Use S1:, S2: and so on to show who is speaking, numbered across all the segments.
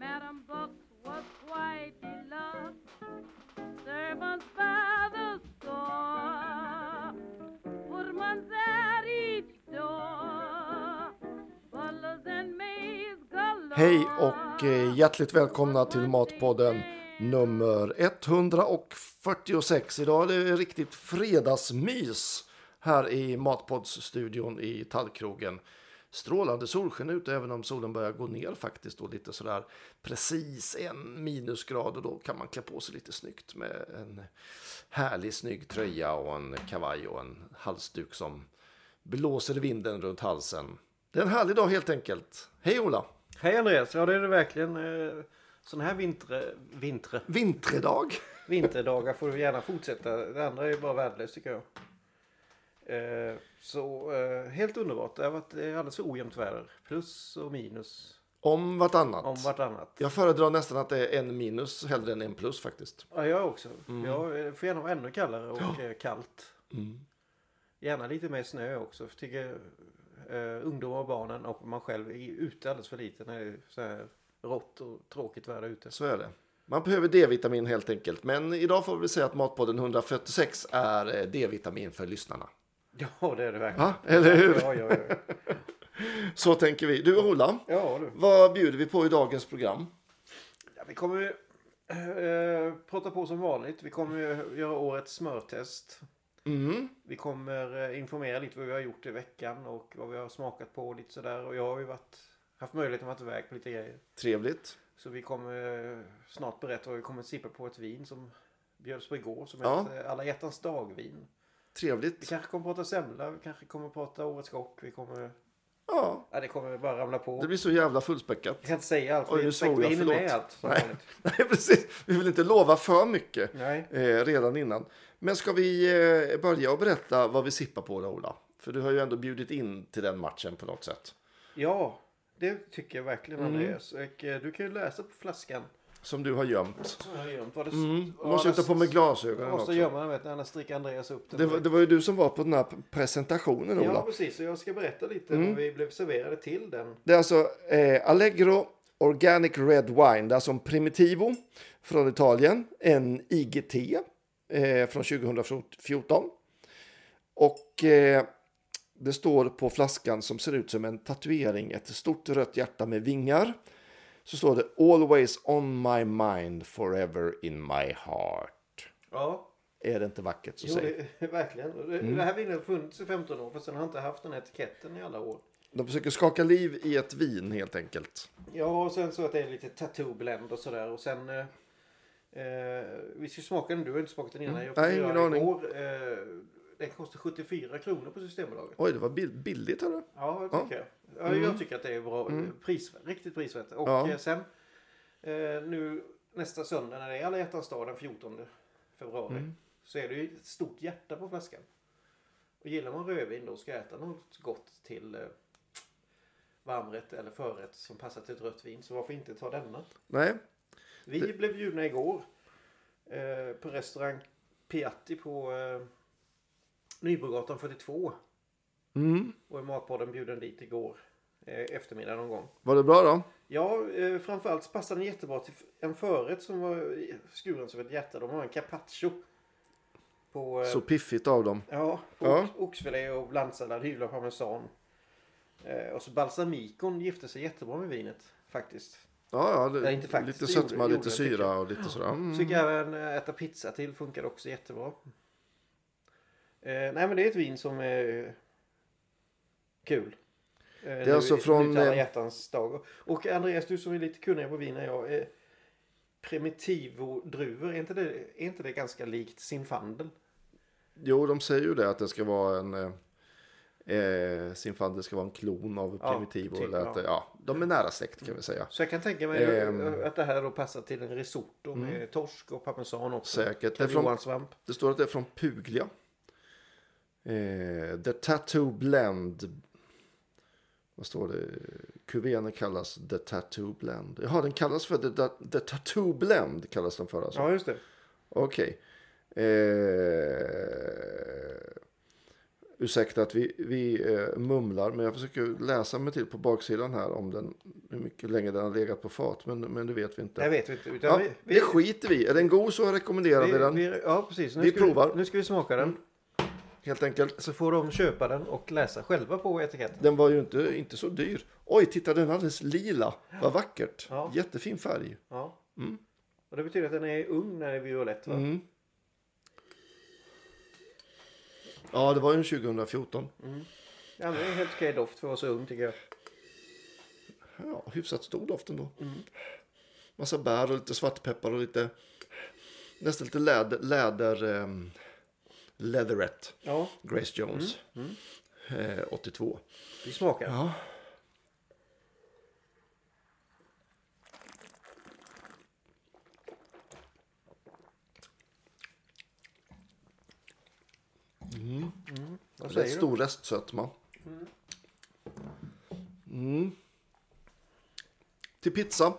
S1: Madam Bucks was quite beloved, servants by the score, footmen at each door, butlers and maids galore.
S2: Hej och eh, hjärtligt välkomna till Matpodden nummer 146. Idag är det riktigt fredagsmys här i Matpodsstudion i Tallkrogen. Strålande solsken ute även om solen börjar gå ner faktiskt och lite sådär precis en minusgrad och då kan man klä på sig lite snyggt med en härlig snygg tröja och en kavaj och en halsduk som blåser i vinden runt halsen. Det är en härlig dag helt enkelt. Hej Ola!
S3: Hej Andreas, ja det är det verkligen. eh, Sån här vintre, vintre,
S2: Vinterdag.
S3: vinterdagar får du gärna fortsätta. Det andra är ju bara värdelöst tycker jag. Eh, Så eh, helt underbart. Det har varit eh, alldeles för ojämnt väder. Plus och minus
S2: Om vartannat.
S3: om vartannat.
S2: Jag föredrar nästan att det är en minus hellre än en plus faktiskt.
S3: Ja, jag också. Jag eh, får gärna vara ännu kallare och eh, kallt. Gärna lite mer snö också. För jag tycker eh, ungdomar och barnen och man själv är ute alldeles för lite när det är så här rått och tråkigt väder ute.
S2: Så är det. Man behöver D-vitamin helt enkelt. Men idag får vi säga att Matpodden 146 är eh, D-vitamin för lyssnarna.
S3: Ja, det är det verkligen.
S2: Ja, eller hur?
S3: Ja, ja, ja.
S2: Så tänker vi. Du Ola,
S3: ja du.
S2: vad bjuder vi på i dagens program?
S3: Ja, vi kommer ju eh, prata på som vanligt. Vi kommer ju göra årets smörtest.
S2: Mm.
S3: Vi kommer eh, informera lite vad vi har gjort i veckan och vad vi har smakat på och lite sådär. Och jag har ju varit, haft möjligheten att vara iväg på lite grejer.
S2: Trevligt.
S3: Så vi kommer eh, snart berätta vad vi kommer sippa på ett vin som bjöds på igår som
S2: Ja.
S3: heter Alla hjärtans dagvin. Vi
S2: Trevligt.
S3: kanske kommer prata semla, vi kanske kommer prata årets kock, vi kommer...
S2: Ja,
S3: Ja, det kommer bara ramla på.
S2: det blir så jävla fullspäckat.
S3: Jag kan inte säga allt, för
S2: Oj,
S3: vi
S2: nu
S3: är
S2: svor
S3: inte
S2: jag,
S3: säkert vi hinner med
S2: förlåt.
S3: allt. som
S2: Nej.
S3: vanligt.
S2: Nej, precis. Vi vill inte lova för mycket
S3: Nej.
S2: eh, redan innan. Men ska vi eh, börja och berätta vad vi sippar på då, Ola? För du har ju ändå bjudit in till den matchen på något sätt.
S3: Ja, det tycker jag verkligen
S2: Mm.
S3: Andreas. Och, eh, du kan ju läsa på flaskan.
S2: Som du har gömt.
S3: Som jag har gömt. Var det-
S2: Mm.
S3: var
S2: Måste jag
S3: det-
S2: ta på mig
S3: Jag
S2: glasögonen
S3: måste
S2: också?
S3: gömma den, vet du, annars dricker Andreas upp den.
S2: Det var, det var ju du som var på den här presentationen,
S3: ja,
S2: Ola.
S3: precis. Så jag ska berätta lite
S2: Mm.
S3: vad vi blev serverade till den.
S2: Det är alltså eh, Allegro Organic Red Wine. Det är alltså en Primitivo från Italien. En IGT eh, från 2014. Och eh, det står på flaskan som ser ut som en tatuering. Ett stort rött hjärta med vingar. Så står det Always on my mind, forever in my heart.
S3: Ja,
S2: Är det inte vackert så
S3: jo,
S2: säg. Mm.
S3: det, verkligen. Och Det, det här vinet har funnits i 15 år, för sen har jag inte haft den här etiketten i alla år.
S2: De försöker skaka liv i ett vin helt enkelt.
S3: Ja, och sen så att det är lite tattoo blend och sådär. Och sen... Eh, eh, vi ska smaka den. Du har inte smakat den innan. Jag fick
S2: Mm. Nej,
S3: göra
S2: ingen aning.
S3: igår. Eh, den kostar 74 kronor på Systembolaget.
S2: Oj, det var bill- billigt hörru.
S3: Ja, det tycker jag. Ja, Jag tycker att det är bra. Pris, riktigt prisvärt. Och
S2: Ja.
S3: eh, sen eh, nu nästa söndag när det är alla hjärtans dag den 14 februari så är det ju ett stort hjärta på flaskan. Och gillar man rödvin då och ska äta något gott till eh, varmrätt eller förrätt som passar till ett rött vin så varför inte ta denna?
S2: Nej,
S3: Vi blev bjudna igår eh, på restaurang Piatti på eh, Nybrogatan 42. Och i Matpodden bjuden dit igår eh, eftermiddag någon gång.
S2: var det bra då?
S3: Ja, eh, framförallt så passade den jättebra till f- en förrätt som var skuren som ett hjärta. De har en carpaccio. På, eh,
S2: Så piffigt av dem.
S3: ja, på
S2: Ja.
S3: ox- oxfilé och blandsallad, hyvlad parmesan. Eh, och så balsamicon gifte sig jättebra med vinet faktiskt.
S2: Ja, ja, det,
S3: Nej, inte faktiskt.
S2: lite
S3: Det gjorde-
S2: sötma,
S3: gjorde
S2: lite
S3: jag, tycker
S2: syra och lite sådär. Mm.
S3: Tycker även eh, äta pizza till funkar också jättebra. Eh, nej men det är ett vin som är eh, kul. Eh, det
S2: är alltså från,
S3: Alla
S2: eh,
S3: hjärtans dag. Och- Och Andreas du som är lite kunnigare på vin än jag. Eh, Primitivo-druvor, är, inte det- är inte det ganska likt Zinfandel?
S2: Jo, de säger ju det att det ska vara en... eh, Eh, Zinfandel ska vara en klon av
S3: Ja,
S2: Primitivo.
S3: typ,
S2: eller att,
S3: ja. Mm.
S2: ja. de är nära släkt kan vi säga.
S3: Så jag kan tänka mig eh,
S2: Ehm. Mm.
S3: att det här då passar till en risotto med torsk och parmesan också.
S2: Säkert. Det är, från,
S3: Karl-Johan-svamp.
S2: det står att det är från Puglia. Eh, the Tattoo Blend. Vad står det? Kuvenen kallas The Tattoo Blend. Jaha, den kallas för The, the, the Tattoo Blend. Kallas den för alltså.
S3: Ja, just det.
S2: Okej. Eh, ursäkta att vi, vi eh, mumlar, men jag försöker läsa mig till på baksidan här om den, hur mycket länge den har legat på fat, men, men det vet vi inte.
S3: Det vet vi inte. Utan
S2: ja,
S3: vi, vi,
S2: det skiter vi i. Är den god så rekommenderar vi,
S3: vi,
S2: den
S3: vi, ja, precis. Nu
S2: Vi
S3: ska
S2: provar. Mm.
S3: Vi, nu ska vi smaka den.
S2: helt enkelt.
S3: Så får de köpa den och läsa själva på etiketten.
S2: Den var ju inte, inte så dyr. Oj, titta den är alldeles lila. Vad vackert.
S3: Ja.
S2: Jättefin färg.
S3: Ja.
S2: Mm.
S3: Och det betyder att den är ung när den är violett va?
S2: Mm. Ja, det var ju en 2014.
S3: Ja, men det är helt okej doft för att vara så ung tycker jag.
S2: Ja, hyfsat stor doft ändå. Massa bär och lite svartpeppar och lite nästan lite läder, läder ehm, leatherette.
S3: Ja,
S2: Grace Jones.
S3: Mm,
S2: Eh, 82.
S3: vi smakar.
S2: Ja. Mm.
S3: Mm. Vad
S2: Rätt
S3: säger du?
S2: stor restsötma. Mm. Till pizza.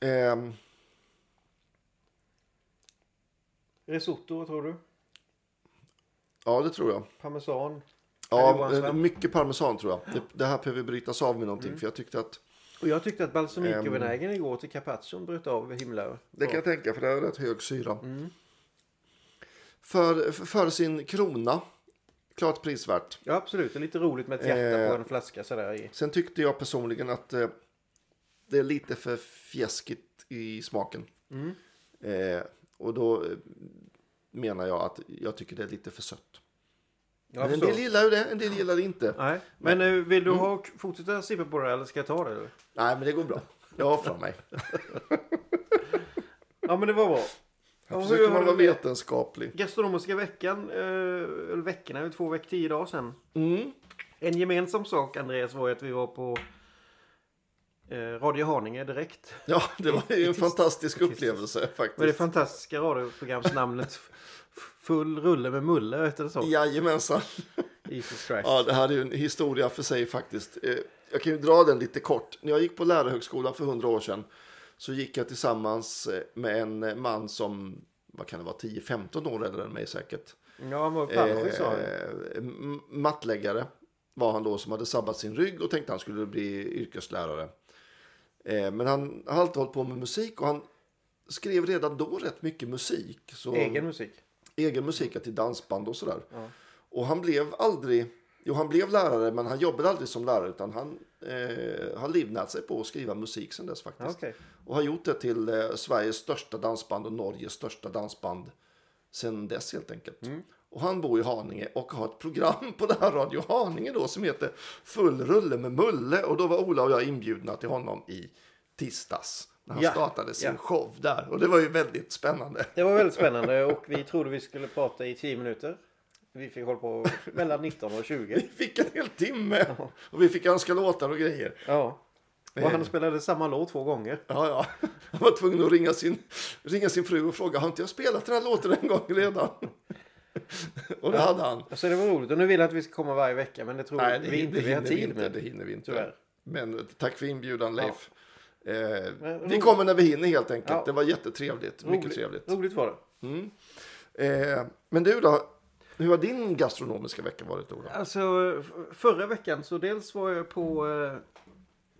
S2: Ehm,
S3: Risotto, vad tror du?
S2: ja, det tror jag.
S3: Parmesan?
S2: Ja,
S3: Johansson.
S2: eh, mycket parmesan tror jag. Det, det här behöver brytas av med
S3: Mm.
S2: någonting. För jag tyckte att
S3: Och jag tyckte att balsamicovinägern igår till carpaccion bröt av himla
S2: Det kan jag tänka för det är rätt hög syra.
S3: Mm.
S2: För, för, för sin krona, klart prisvärt.
S3: Ja, absolut. Det är lite roligt med ett hjärta
S2: Eh.
S3: på en flaska sådär i.
S2: Sen tyckte jag personligen att eh, det är lite för fjäskigt i smaken.
S3: Mm.
S2: Eh, och då eh, menar jag att jag tycker det är lite för sött.
S3: Ja,
S2: Men en
S3: förstår.
S2: del gillar ju det, en del gillar det inte.
S3: Nej, men eh, vill du ha fortsätta sippa på det eller ska jag ta det? Eller?
S2: Nej, men det går bra. Jag offrar mig.
S3: Ja, men det var bra.
S2: Här
S3: Och
S2: försöker
S3: hur har
S2: man
S3: du
S2: vara
S3: med
S2: vetenskaplig.
S3: Gastronomiska veckan, eh, eller veckorna, det är två veckor, tio dagar sedan.
S2: Mm.
S3: En gemensam sak, Andreas, var ju att vi var på eh, Radio Haninge direkt.
S2: Ja, det var ju en fantastisk upplevelse faktiskt.
S3: Med det fantastiska radioprogramsnamnet F- Full rulle med Mulle, hette det så?
S2: Jajamensan.
S3: Jesus Christ.
S2: Ja, det här är ju en historia för sig faktiskt. Eh, Jag kan ju dra den lite kort. När jag gick på lärarhögskolan för hundra år sedan så gick jag tillsammans eh, med en man som, vad kan det vara, 10-15 år äldre än mig säkert.
S3: Ja, han var Panschis sa han.
S2: Eh, m- mattläggare var han då som hade sabbat sin rygg och tänkte han skulle bli yrkeslärare. Eh, men han har alltid hållit på med musik och han skrev redan då rätt mycket musik. Så
S3: Egen musik.
S2: egen musik ja, till dansband och sådär. Och han blev aldrig, jo han blev lärare men han jobbade aldrig som lärare utan han eh, har livnärt sig på att skriva musik sedan dess
S3: Ja,
S2: faktiskt.
S3: Okej.
S2: Och har gjort det till eh, Sveriges största dansband och Norges största dansband sedan dess helt enkelt.
S3: Mm.
S2: Och han bor i Haninge och har ett program på det här Radio Haninge då som heter Full rulle med Mulle och då var Ola och jag inbjudna till honom i tisdags när han
S3: Ja,
S2: startade sin
S3: ja.
S2: show där och det var ju väldigt spännande.
S3: Det var väldigt spännande och vi trodde vi skulle prata i 10 minuter. Vi fick hålla på mellan 19 och 20.
S2: Vi fick en hel timme och vi fick önska låtar och grejer.
S3: Ja. Och han spelade samma låt två gånger.
S2: Ja, ja. Han var tvungen att ringa sin, ringa sin fru och fråga har inte jag spelat den här låten en gång redan? Och det hade han.
S3: Så det var roligt. Och nu vill jag att vi ska komma varje vecka men det tror
S2: Nej, det,
S3: vi inte vi har
S2: hinner vi
S3: tid
S2: inte.
S3: med.
S2: Det hinner vi inte.
S3: Tyvärr.
S2: Men tack för inbjudan Leif. Eh,
S3: Men
S2: vi
S3: roligt.
S2: kommer när vi hinner helt enkelt.
S3: Ja.
S2: Det var jättetrevligt. Mycket
S3: Roligt-
S2: trevligt.
S3: Roligt var det.
S2: Eh, men du då? Hur har din gastronomiska vecka varit Ola?
S3: Alltså f- förra veckan så dels var jag på eh,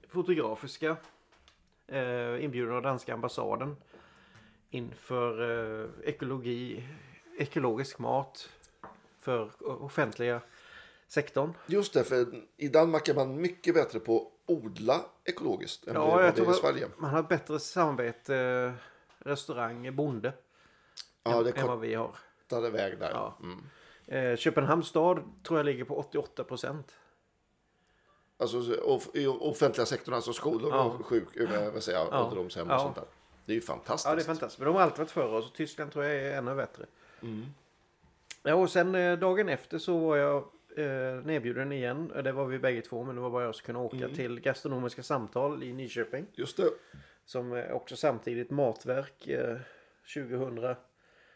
S3: Fotografiska eh, inbjudan av danska ambassaden inför eh, ekologi, ekologisk mat för offentliga sektorn.
S2: Just det, för i Danmark är man mycket bättre på att odla ekologiskt än
S3: Ja,
S2: vad
S3: jag
S2: det
S3: tror
S2: är i
S3: man,
S2: Sverige.
S3: man har bättre samarbete eh, restaurang, bonde
S2: Ja, det är
S3: än vad vi har.
S2: kortare väg där. Mm.
S3: Ja. Eh, Köpenhamns stad tror jag ligger på 88 procent.
S2: Alltså off- i offentliga sektorn, alltså skolor
S3: Ja.
S2: och sjuk, eh, vad säger jag,
S3: Ja.
S2: ålderdomshem och
S3: Ja.
S2: sånt där. Det är ju fantastiskt. Mm.
S3: Ja, det är fantastiskt. Men de har alltid varit före oss och Tyskland tror jag är ännu bättre. Ja, och sen eh, dagen efter så var jag eh, nedbjuden igen. Det var vi bägge två, men det var bara jag som kunde
S2: Mm.
S3: åka till Gastronomiska samtal i Nyköping.
S2: Just det.
S3: Som eh, också samtidigt Matverk eh, 2016.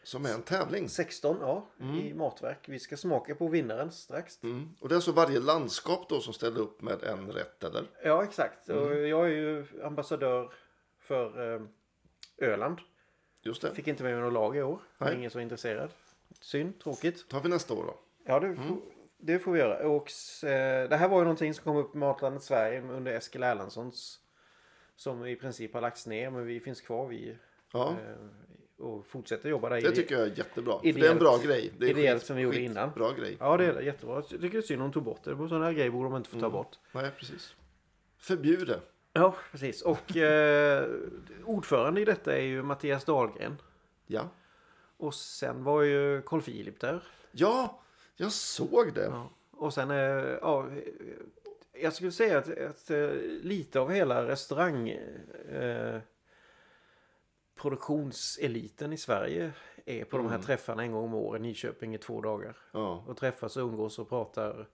S2: Som är en tävling.
S3: Ja, i Matverk. Vi ska smaka på vinnaren strax.
S2: Mm. Och det är alltså varje landskap då som ställer upp med en rätt eller?
S3: Ja, exakt. Och jag är ju ambassadör för eh, Öland.
S2: Just det.
S3: Fick inte med mig något lag i år. Det var
S2: Nej.
S3: ingen som är intresserad. Synd, tråkigt. Mm.
S2: tar vi nästa år då.
S3: Ja, det, får, det får vi göra. Och, s- eh, det här var ju någonting som kom upp i Matlandet Sverige under Eskil Erlandssons. Som i princip har lagts ner, men vi finns kvar. Vi
S2: Ja,
S3: eh, och fortsätter jobba där.
S2: det tycker jag är jättebra. För det är en
S3: ideellt-
S2: bra grej. Det är
S3: ideellt som vi gjorde innan.
S2: Bra grej.
S3: Ja, det är jättebra. Jag tycker det är synd om de tog bort det. På sådana här grejer borde de inte få ta bort.
S2: Nej, precis. Förbjud det.
S3: Ja, precis. Och eh, ordförande i detta är ju Mattias Dahlgren.
S2: Ja.
S3: Och sen var ju Carl Philip där.
S2: Ja, jag såg det.
S3: Ja. Och sen, eh, ja, eh, jag skulle säga att, att eh, lite av hela restaurang eh, produktionseliten i Sverige är på
S2: Mm.
S3: de här träffarna en gång om året i Nyköping i två dagar.
S2: Ja.
S3: Och träffas och umgås och pratar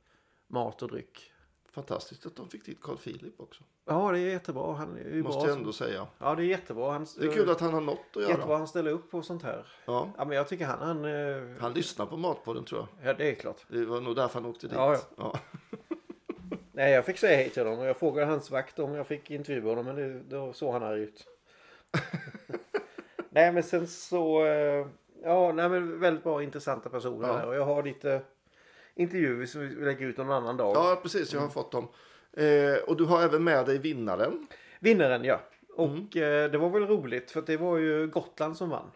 S3: mat och dryck.
S2: Fantastiskt att de fick dit Carl Philip också.
S3: Ja, det är jättebra. Han är ju bra.
S2: Måste jag
S3: som-
S2: ändå säga.
S3: Ja, det är jättebra. Han,
S2: Det är kul att han har något att
S3: jättebra
S2: göra.
S3: han ställer upp på sånt här.
S2: Ja.
S3: Ja, men jag tycker han, han... eh,
S2: Han lyssnar på Matpodden tror jag.
S3: Ja, det är klart.
S2: Det var nog därför han åkte dit.
S3: Ja, ja.
S2: Ja.
S3: Nej, jag fick säga hej till honom och jag frågade hans vakt om jag fick intervjua honom men det, då såg han arg ut. nej, men sen så... eh, Ja, nej men väldigt bra intressanta personer
S2: Ja.
S3: där och jag har lite intervjuer som vi lägger ut någon annan dag.
S2: Ja, precis. Jag har fått dem. Eh, och du har även med dig vinnaren.
S3: Vinnaren, ja.
S2: Mm.
S3: Och eh, det var väl roligt för att det var ju Gotland som vann.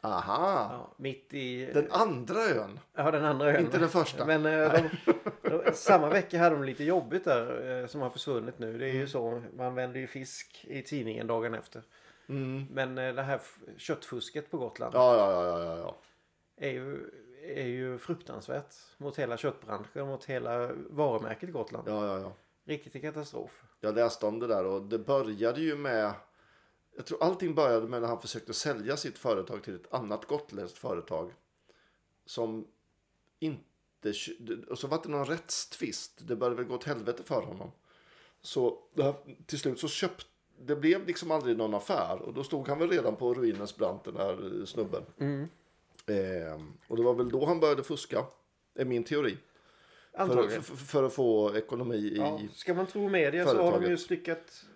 S2: Aha!
S3: Ja, mitt i...
S2: Den andra ön.
S3: Ja, den andra ön.
S2: Inte den första.
S3: Men eh, de, de, samma vecka hade de lite jobbigt där eh, som har försvunnit nu. Det är
S2: Mm.
S3: ju så, man vänder ju fisk i tidningen dagen efter. Men eh, det här f- köttfusket på Gotland
S2: Mm. Ja, ja, ja, ja, ja, ja.
S3: är, ju, är ju fruktansvärt mot hela köttbranschen, mot hela varumärket Gotland.
S2: ja, ja, ja.
S3: Riktigt katastrof.
S2: Jag läste om det där och det började ju med... Jag tror allting började med när han försökte sälja sitt företag till ett annat gotländskt företag. Som inte... Och så var det någon rättstvist. Det började väl gå åt helvete för honom. Så det här, till slut så köpte... Det blev liksom aldrig någon affär. Och då stod han väl redan på ruinens brant den här eh, snubben.
S3: Mm.
S2: Ehm, och det var väl då han började fuska. Är min teori. För,
S3: Antagligen.
S2: för, för att få ekonomi i...
S3: Ja, ska man tro media så har de
S2: företaget.
S3: ju styckat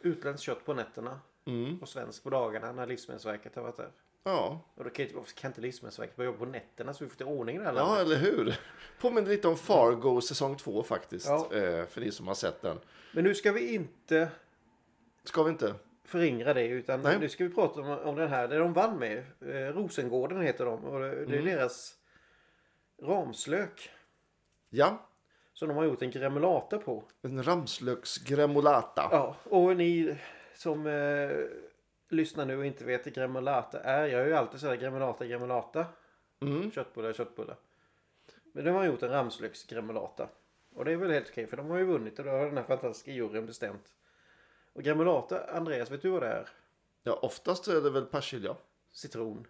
S3: utländskt kött på nätterna
S2: Mm,
S3: och svenskt på dagarna när Livsmedelsverket har varit där.
S2: ja.
S3: Och då kan, ju- varför kan inte Livsmedelsverket börja jobba på nätterna så vi får till ordning i det här
S2: Ja,
S3: landet?
S2: eller hur? Påminner lite om Fargo säsong 2 faktiskt.
S3: Ja.
S2: Eh, för ni som har sett den.
S3: Men nu ska vi inte
S2: Ska vi inte?
S3: förringra det utan
S2: Nej.
S3: nu ska vi prata om, om den här, det de vann med. Eh, Rosengården heter de och det,
S2: Mm.
S3: det är deras ramslök
S2: Ja,
S3: som de har gjort en gremulata på.
S2: en ramslöksgremolata.
S3: Ja, och ni som eh, lyssnar nu och inte vet vad gremulata är. Jag har ju alltid sagt gremulata, gremulata.
S2: Mm.
S3: Köttbullar, köttbullar. Men de har gjort en ramslöksgremulata. Och det är väl helt okej för de har ju vunnit och då har den här fantastiska juryn bestämt. Och gremulata, Andreas vet du vad det är?
S2: Ja, oftast är det väl persilja
S3: Citron.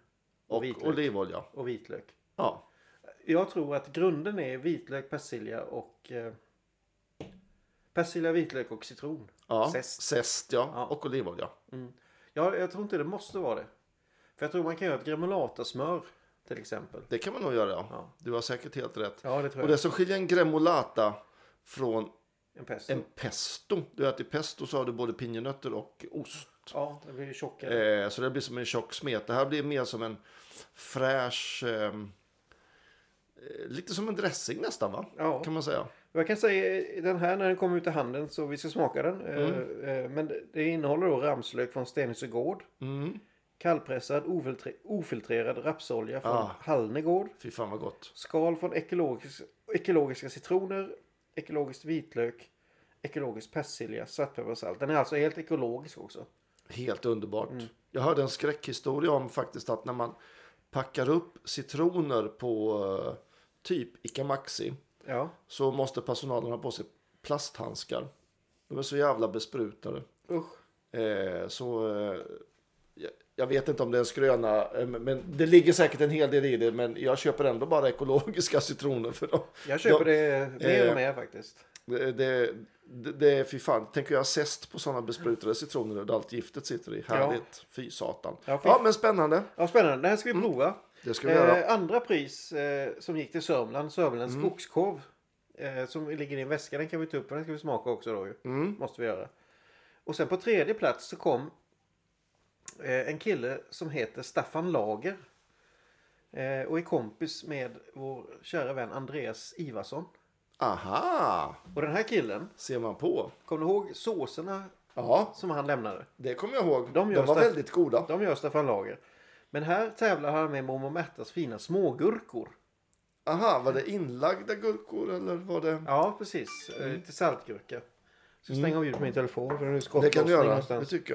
S3: Och,
S2: och
S3: vitlök.
S2: olivolja.
S3: och vitlök.
S2: Ja.
S3: Jag tror att grunden är vitlök, persilja och... Eh, persilja, vitlök och citron.
S2: Ja.
S3: Zest.
S2: ja.
S3: Ja.
S2: Och olivolja.
S3: Ja, jag tror inte det måste vara det. För jag tror man kan göra ett gremulatasmör till exempel.
S2: Det kan man nog göra. Ja.
S3: Ja.
S2: Du har säkert helt rätt.
S3: Ja, det tror
S2: Och
S3: jag.
S2: det som skiljer en gremolata från
S3: En pesto.
S2: en pesto. Du vet, i pesto så har du både pinjenötter och ost.
S3: Ja, det blir ju tjockare.
S2: Eh, så det blir som en tjock smet. Det här blir mer som en fräsch... ehm, Eh, lite som en dressing nästan va?
S3: Ja.
S2: Kan man säga.
S3: Jag kan säga eh, den här när den kommer ut i handen så vi ska smaka den. Eh, eh, Men det- det innehåller då ramslök från Stenungsö gård.
S2: Mm.
S3: Kallpressad ofiltre- ofiltrerad rapsolja från
S2: Ah.
S3: Hallne gård.
S2: Fy fan vad gott.
S3: Skal från ekologisk, ekologiska citroner. Ekologiskt vitlök. Ekologisk persilja, svartpeppar och salt. Den är alltså helt ekologisk också.
S2: Helt underbart. Jag hörde en skräckhistoria om faktiskt att när man packar upp citroner på eh, typ Ica Maxi
S3: Ja.
S2: så måste personalen ha på sig plasthandskar. De är så jävla besprutade.
S3: Usch.
S2: Eh, så eh, jag, Jag vet inte om det är en skröna, eh, men det ligger säkert en hel del i det. Men jag köper ändå bara ekologiska citroner för dem.
S3: Jag köper
S2: de,
S3: det mer
S2: eh,
S3: och mer faktiskt.
S2: det. Det, det, det är fy fan. Tänk att jag har zest på sådana besprutade citroner nu där allt giftet sitter i. Härligt. Fy satan.
S3: Ja, fy-
S2: Ja, men spännande.
S3: Ja, spännande. Det här ska vi prova.
S2: Det ska vi göra. Mm.
S3: Eh, andra pris eh, som gick till Sörmland, Sörmlands skogskorv. Eh, som ligger i en väska, den kan vi ta upp och den ska vi smaka också då ju.
S2: Mm.
S3: Måste vi göra. Och sen på tredje plats så kom eh, en kille som heter Staffan Lager. Eh, och är kompis med vår kära vän Andreas Ivarsson.
S2: Aha,
S3: Och den här killen,
S2: ser man på.
S3: kommer du ihåg såserna
S2: Ja,
S3: som han lämnade?
S2: det kommer jag ihåg.
S3: De
S2: De,
S3: gör
S2: var
S3: staff-
S2: väldigt goda.
S3: De gör Staffan Lager. Men här tävlar han med mormor Märtas fina smågurkor.
S2: Aha, var det inlagda gurkor eller var det?
S3: Ja, precis. Eh, Till saltgurka. Ska stänga av ljudet på min telefon för nu är det
S2: det kan du
S3: skottlossning
S2: göra, det
S3: någonstans.
S2: tycker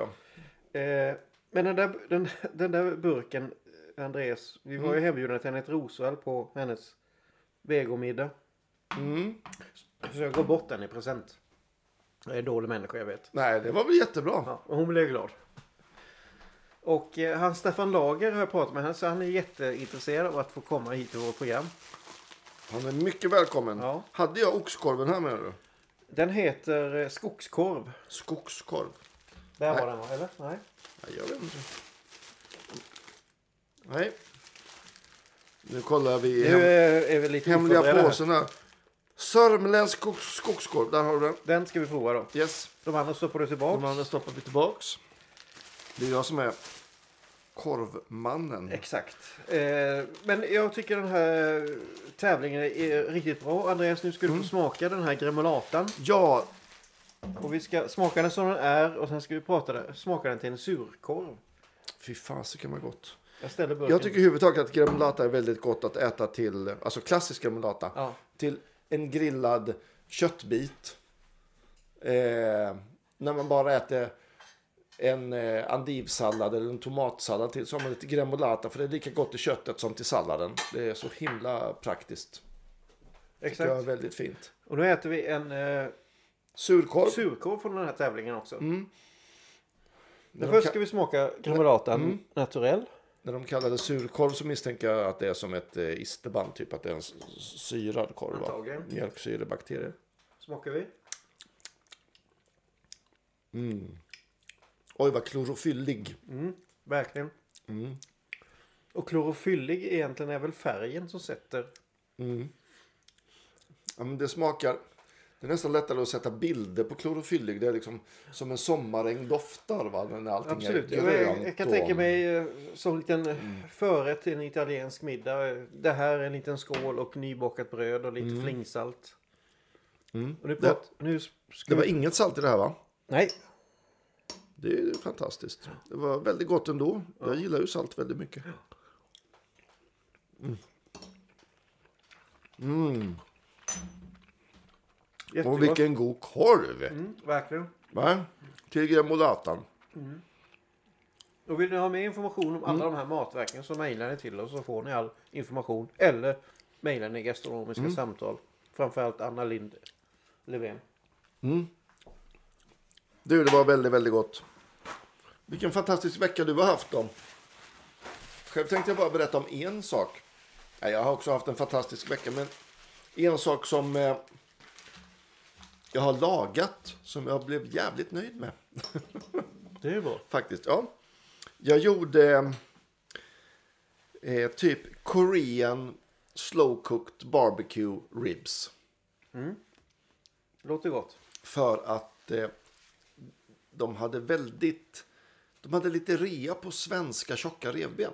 S2: jag.
S3: Eh, men den där, den, den där burken, Andreas. Vi var ju hembjudna till Anette Rosvall på hennes vegomiddag.
S2: Mm.
S3: Så jag gav bort den i present. Jag är en dålig människa, jag vet.
S2: Nej, det var väl jättebra.
S3: Ja, och hon blev glad. Och eh, han Staffan Lager har jag pratat med. Han, så han är jätteintresserad av att få komma hit till vårt program.
S2: Han är mycket välkommen.
S3: Ja.
S2: Hade jag oxkorven här med du?
S3: Den heter eh, Skogskorv.
S2: Skogskorv?
S3: Där var den va? Eller? Nej.
S2: Nej, jag vet inte. Nej. Nu kollar vi i
S3: Nu
S2: hem,
S3: eh, är vi lite oförberedda
S2: hemliga
S3: här.
S2: påsen här. Sörmländsk skogs, skogskorv, där har du den.
S3: Den ska vi prova då.
S2: Yes.
S3: De andra stoppar du tillbaka.
S2: De andra stoppar vi tillbaks. Det är jag som är korvmannen.
S3: Exakt. Eh, men jag tycker den här tävlingen är riktigt bra. Andreas, nu ska
S2: Mm.
S3: du få smaka den här gremolatan.
S2: Ja,
S3: Och vi ska smaka den som den är och sen ska vi prata den, smaka den till en surkorv.
S2: fy fasiken vad gott.
S3: Jag ställer burken.
S2: Jag tycker överhuvudtaget att gremolata är väldigt gott att äta till, alltså klassisk gremolata,
S3: Ja.
S2: till en grillad köttbit. Eh, när man bara äter en eh, andivsallad eller en tomatsallad till så har man lite gremolata för det är lika gott i köttet som till salladen. Det är så himla praktiskt. Det är
S3: Exakt.
S2: väldigt fint.
S3: Och nu äter vi en eh,
S2: Surkorv.
S3: surkorv från den här tävlingen också.
S2: Mm. När
S3: Men
S2: de
S3: först
S2: ka-
S3: ska vi smaka gremolatan
S2: Mm.
S3: naturell.
S2: När de kallar det surkorv så misstänker jag att det är som ett eh, isterband, typ att det är en s- s- syrad korv. va?
S3: Antagligen.
S2: Mjölksyrebakterier.
S3: Smakar vi.
S2: Oj, vad klorofyllig.
S3: Mm, Verkligen.
S2: Mm.
S3: Och klorofyllig egentligen är väl färgen som sätter.
S2: Ja, men det smakar... Det är nästan lättare att sätta bilder på klorofyllig. Det är liksom som en sommarregn doftar, va? När allting
S3: Absolut.
S2: är Mm.
S3: Jag,
S2: grönt.
S3: jag, jag kan
S2: och-
S3: tänka mig eh, som en liten förrätt till en italiensk middag. eh, Det här är en liten skål och nybakat bröd och lite
S2: Mm.
S3: flingsalt. Och nu prat, nu s-
S2: Det
S3: ska
S2: var
S3: vi...
S2: inget salt i det här, va?
S3: Nej,
S2: Det är ju fantastiskt. Det var väldigt gott ändå. Jag gillar ju salt väldigt mycket.
S3: jättegott.
S2: Och vilken god korv!
S3: Mm, verkligen.
S2: Va? Till gremolatan.
S3: Och vill ni ha mer information om alla
S2: Mm.
S3: de här matverken så mejlar ni till oss så får ni all information. Eller mejlar ni gastronomiska
S2: Mm.
S3: samtal. Framförallt Anna Lind Löfven.
S2: Du, det var väldigt, väldigt gott. Vilken fantastisk vecka du har haft då. Själv tänkte jag bara berätta om en sak. Nej, jag har också haft en fantastisk vecka, men en sak som eh, jag har lagat som jag blev jävligt nöjd med
S3: Det är ju bra.
S2: faktiskt. Ja. Jag gjorde eh, typ Korean slow cooked barbecue ribs.
S3: Låter gott.
S2: För att eh, de hade väldigt... De hade lite rea på svenska tjocka revben.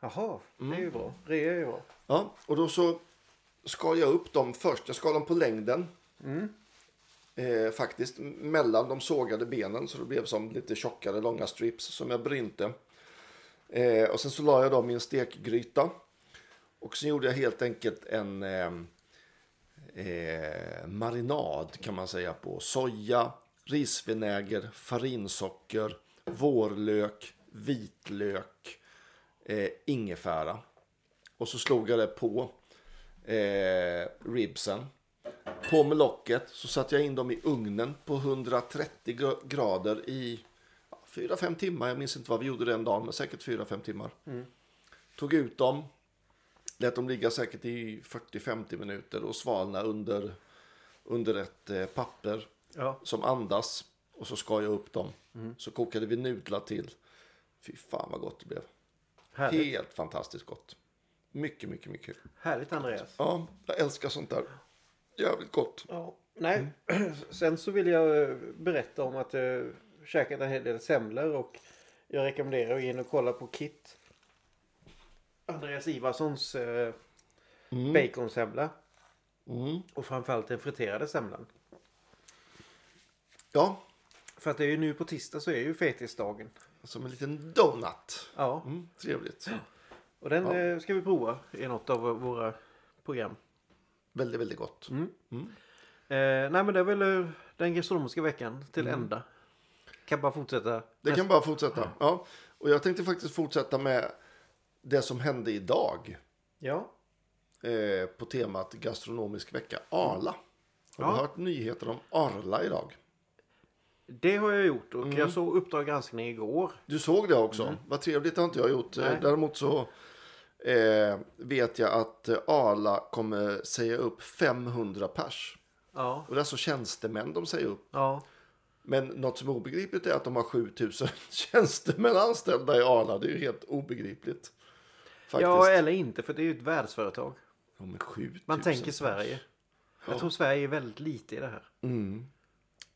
S3: Jaha, det är ju bra. Rea är ju bra.
S2: Ja, och då så skar jag upp dem först. Jag skar dem på längden. Eh, faktiskt m- mellan de sågade benen så det blev som lite tjockare långa strips som jag brynte. Eh, och sen så la jag dem i en stekgryta. Och sen gjorde jag helt enkelt en eh, eh, marinad kan man säga på soja, risvinäger, farinsocker, vårlök, vitlök, eh, ingefära. Och så slog jag det på eh, ribsen. På med locket så satte jag in dem i ugnen på 130 gra- grader i ja, fyra, fem timmar. Jag minns inte vad vi gjorde den dagen, men säkert fyra, fem timmar. Tog ut dem, lät dem ligga säkert i 40-50 minuter och svalna under, under ett eh, papper
S3: Ja.
S2: som andas. Och så skar jag upp dem.
S3: Mm.
S2: Så kokade vi nudlar till. Fy fan vad gott det blev.
S3: Härligt,
S2: Helt fantastiskt gott. Mycket, mycket, mycket kul.
S3: härligt Andreas.
S2: Ja, jag älskar sånt där. Jävligt gott.
S3: Ja, Mm. nej. Sen så vill jag eh, berätta om att jag käkat en hel del semlor och jag rekommenderar att gå in och kolla på Kit. Andreas Ivarssons eh, baconsemla.
S2: Mm.
S3: Och framförallt den friterade semlan.
S2: Ja,
S3: För att det är ju nu på tisdag så är ju fetisdagen.
S2: som en liten donut.
S3: Ja,
S2: Mm, trevligt.
S3: och den eh, ska vi prova i något av våra program.
S2: Väldigt, väldigt gott.
S3: Mm. Eh, nej men det är väl eh, den gastronomiska veckan till ända. Kan bara fortsätta.
S2: Det kan bara fortsätta. Ja. Och jag tänkte faktiskt fortsätta med det som hände idag
S3: Ja,
S2: eh, på temat gastronomisk vecka. Arla. Har
S3: Ja.
S2: du hört nyheter om Arla idag?
S3: det har jag gjort och jag såg Uppdrag granskning igår.
S2: Du såg det också. Vad trevligt, det har inte jag gjort. Eh,
S3: Mm. Nej.
S2: Däremot så eh, vet jag att eh, Arla kommer säga upp 500 pers.
S3: Ja,
S2: Och det är alltså tjänstemän de säger upp.
S3: ja,
S2: Men något som är obegripligt är att de har 7000 tjänstemän anställda i Arla. Det är ju helt obegripligt. Faktiskt.
S3: ja eller inte för det är ju ett världsföretag.
S2: Ja, men 7000.
S3: Man tänker Sverige. Jag tror Sverige är väldigt lite i det här.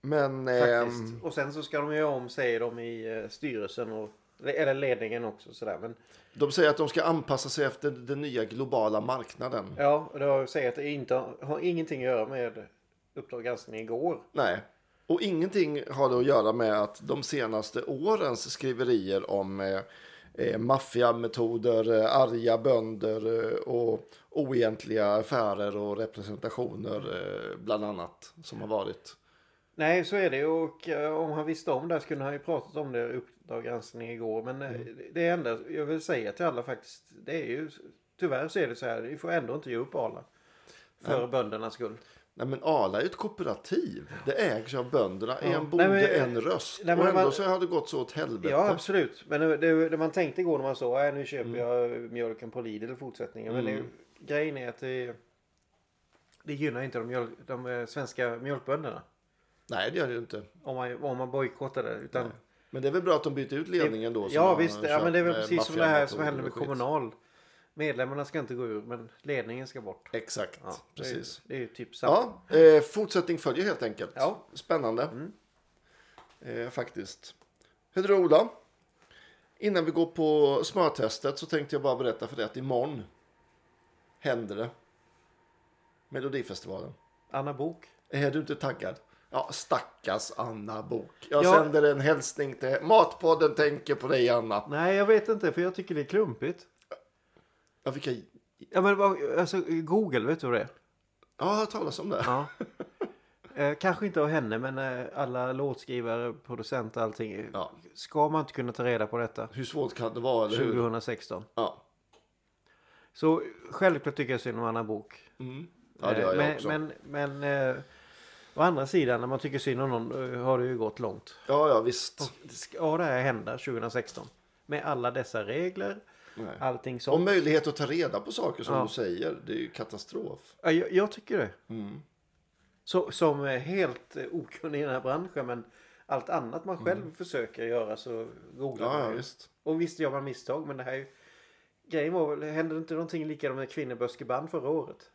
S2: Men
S3: Faktiskt.
S2: ehm,
S3: Och sen så ska de göra om säger de i eh, styrelsen och eller ledningen också sådär. Men
S2: de säger att de ska anpassa sig efter den nya globala marknaden.
S3: ja, och det säger att det inte har, har ingenting att göra med Uppdrag granskning igår.
S2: Nej. Och ingenting har det att göra med att de senaste årens skriverier om eh, eh, maffiametoder, eh, arga bönder eh, och oegentliga affärer och representationer eh, bland annat som har varit.
S3: Nej, så är det. Och eh, om han visste om det här skulle han ju pratat om det i Uppdrag granskning igår. Men eh, det enda jag vill säga till alla faktiskt, det är ju tyvärr så är det så här, vi får ändå inte ge upp Arla. För böndernas skull.
S2: Nej men Arla är ju ett kooperativ. Det ägs av bönderna. En bonde,
S3: Nej, men-
S2: en röst.
S3: Nej, men
S2: och ändå
S3: man-
S2: så har det gått så åt helvete.
S3: Ja, absolut. Men det, det, det man tänkte igår när man såg, "Äh, nu köper jag mjölken på Lidl i fortsättningen. Men det, grejen är att det, det gynnar inte de, mjöl, de eh, svenska mjölkbönderna.
S2: Nej det gör det ju inte.
S3: Om man, om man bojkottar det. Utan,
S2: Men det är väl bra att de byter ut ledningen då. som
S3: ja
S2: har
S3: visst, ja,
S2: kört
S3: men det är väl
S2: med
S3: precis som det här som
S2: maffiametoder
S3: hände med
S2: och skit.
S3: Kommunal. Medlemmarna ska inte gå ur men ledningen ska bort.
S2: Exakt,
S3: Ja,
S2: precis.
S3: Det är, det är ju typ samma.
S2: Ja, eh, fortsättning följer helt enkelt.
S3: Ja. Mm.
S2: Spännande. Eh, faktiskt. Hur är det Ola? Innan vi går på smörtestet så tänkte jag bara berätta för dig att imorgon händer det. Melodifestivalen.
S3: Anna Bok.
S2: Är du inte taggad? Ja, stackars Anna Bok. Jag
S3: Ja.
S2: sänder en hälsning till Matpodden tänker på dig Anna.
S3: Nej jag vet inte för jag tycker det är klumpigt.
S2: Ja, vilka... ja
S3: Ja men vad- alltså Google vet du vad det är?
S2: jag har hört talas om det.
S3: Ja. Eh, kanske inte av henne men eh, alla låtskrivare, producenter allting.
S2: Ja.
S3: Ska man inte kunna ta reda på detta?
S2: Hur svårt kan det vara, eller hur?
S3: 2016.
S2: Ja,
S3: Så självklart tycker jag synd om Anna Bok.
S2: Mm. ja det
S3: Eh,
S2: har jag
S3: men,
S2: också.
S3: Men, men eh, å andra sidan, när man tycker synd om någon eh, har det ju gått långt.
S2: Ja, ja, visst.
S3: Det Ska det här hända 2016? Med alla dessa regler,
S2: Nej.
S3: allting
S2: Och
S3: sånt.
S2: möjlighet att ta reda på saker som
S3: Ja.
S2: du säger. Det är ju katastrof.
S3: Ja, jag, jag tycker det.
S2: Mm.
S3: Så, som är helt eh, okunnig i den här branschen, men allt annat man själv försöker göra så googlar
S2: Mm. Ja, ja
S3: man ju.
S2: visst.
S3: Och visst gör man misstag, men det här är ju... Grejen var väl, hände inte någonting likadant med kvinnoböskeband förra året?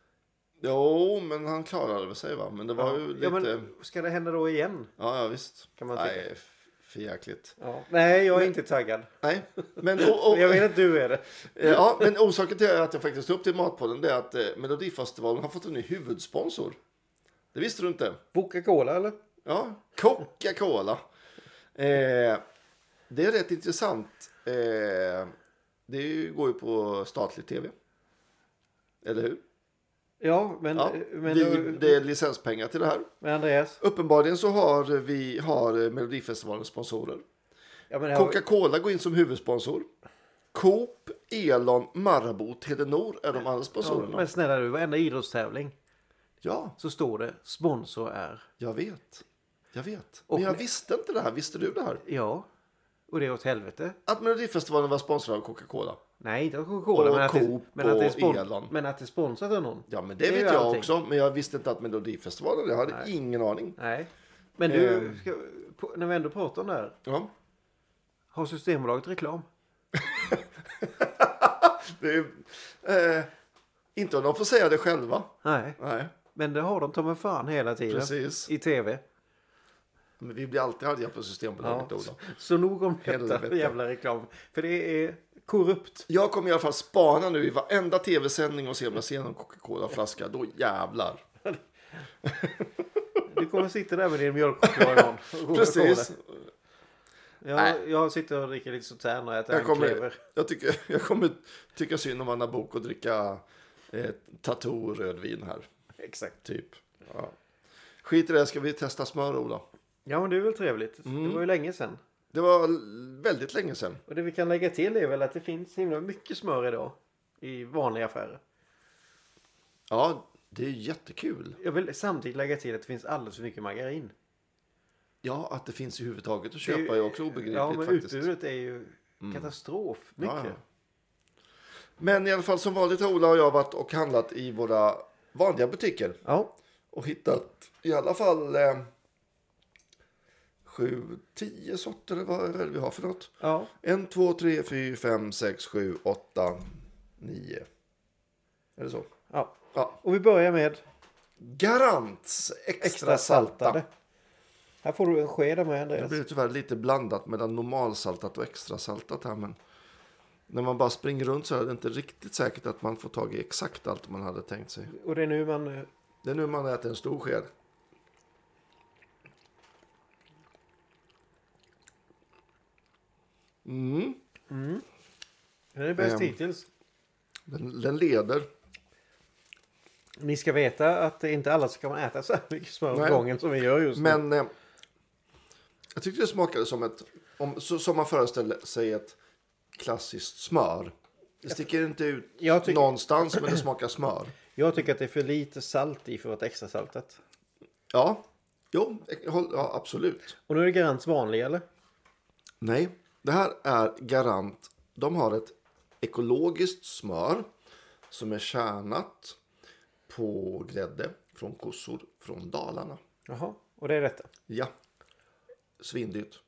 S2: Jo, men han klarade väl sig va? Men det var ju lite...
S3: ja, men ska det hända då igen?
S2: Ja, ja, visst.
S3: Kan man
S2: Nej,
S3: tycka.
S2: f- för jäkligt.
S3: Ja. Nej, jag är inte taggad.
S2: Nej, men... Och, och,
S3: Jag vet att du är det.
S2: Ja, men orsaken till att jag faktiskt tog upp till Matpodden det är att eh, Melodifestivalen har fått en ny huvudsponsor. Det visste du inte.
S3: Coca-Cola eller?
S2: Ja, Coca-Cola. Eh, det är rätt intressant. Eh, det är ju- går ju på statlig tv. Eller hur?
S3: Ja, men... eh,
S2: Ja,
S3: men,
S2: vi, det är licenspengar till det här.
S3: men Andreas?
S2: Uppenbarligen så har vi har eh, Melodifestivalens sponsorer.
S3: Ja, men det har-
S2: Coca-Cola går in som huvudsponsor. Coop, Elon, Marabou, Telenor är de andra
S3: ja,
S2: sponsorerna.
S3: men snälla du, varenda idrottstävling
S2: Ja,
S3: så står det sponsor är.
S2: jag vet. Jag vet.
S3: Och-
S2: Men jag visste inte det här. Visste du det här?
S3: Ja. Och det är åt helvete.
S2: Att Melodifestivalen var sponsrad av Coca-Cola.
S3: Nej, inte av Coca-Cola.
S2: Och
S3: Men, att det-
S2: Coop
S3: men, att det är
S2: och Elan.
S3: spon- men att det är sponsrat av någon.
S2: Ja, men
S3: Det
S2: det,
S3: är
S2: vet
S3: ju
S2: jag
S3: allting.
S2: också. Men jag visste inte att Melodifestivalen, jag hade ingen aning.
S3: Nej. Men du,
S2: Ehm.
S3: ska, på, när vi ändå pratar om det här.
S2: Ja.
S3: Har Systembolaget reklam?
S2: Det är, eh, inte om de får säga det själva.
S3: Nej.
S2: Nej,
S3: Men det har de ta mig fan hela tiden.
S2: precis.
S3: I tv.
S2: Men vi blir alltid arga på Systembolaget,
S3: Ja.
S2: Ola.
S3: Så nog om detta
S2: Helvete.
S3: jävla reklam. För det är korrupt.
S2: Jag kommer i alla fall spana nu i varenda tv-sändning och se om jag ser någon Coca-Cola-flaska. Då jävlar.
S3: Du kommer sitta där med din mjölkchoklad imorgon. och Coca-Cola.
S2: Precis.
S3: Jag,
S2: Nej.
S3: jag sitter och dricker lite sautern och äter
S2: Jag
S3: anklever.
S2: kommer, jag, tycker, jag kommer tycka synd om Anna Bok och dricka eh, Tattoo rödvin här.
S3: Exakt.
S2: Typ. Ja. Skit i det, ska vi testa smör, Ola?
S3: Ja men det är väl trevligt.
S2: Mm.
S3: Det var ju länge sedan.
S2: Det var l- väldigt länge sedan.
S3: Och det vi kan lägga till är väl att det finns himla mycket smör idag. I vanliga affärer.
S2: Ja, det är jättekul.
S3: Jag vill samtidigt lägga till att det finns alldeles för mycket margarin.
S2: Ja, att det finns i huvudtaget att
S3: Det
S2: köpa är också obegripligt
S3: Ja men
S2: faktiskt. Mm.
S3: utbudet är ju katastrof. Mycket.
S2: Ja, ja. Men i alla fall som vanligt har Ola och jag varit och handlat i våra vanliga butiker.
S3: Ja,
S2: och hittat i alla fall eh, sju, tio sorter eller vad är det vi har för något.
S3: ja.
S2: En, två, tre, fyra, fem, sex, sju, åtta, nio. Är det så?
S3: ja.
S2: Ja.
S3: Och vi börjar med
S2: Garants extra,
S3: extra
S2: saltade.
S3: saltade. Här får du en sked med
S2: Det
S3: Andreas.
S2: blir tyvärr lite blandat mellan normalsaltat och extra saltat här men när man bara springer runt så är det inte riktigt säkert att man får tag i exakt allt man hade tänkt sig.
S3: Och det är nu man... eh,
S2: Det är nu man äter en stor sked. Mm,
S3: Det är bäst
S2: Ehm.
S3: hittills.
S2: den, den leder.
S3: Ni ska veta att det är inte alla som kan äta så här mycket smör
S2: Nej.
S3: åt gången som vi gör just nu.
S2: Men eh, jag tyckte det smakade som ett, om, så, som man föreställer sig ett klassiskt smör. Det sticker inte ut
S3: Jag tycker-
S2: någonstans men det smakar smör.
S3: Jag tycker att det är för lite salt i för att vara extra saltat.
S2: Ja, jo, jag håll- ja, absolut.
S3: Och nu är det Garants vanlig eller?
S2: Nej, det här är Garant. De har ett ekologiskt smör som är kärnat på grädde från kossor från Dalarna.
S3: Jaha, och det är detta.
S2: Ja, svindyrt.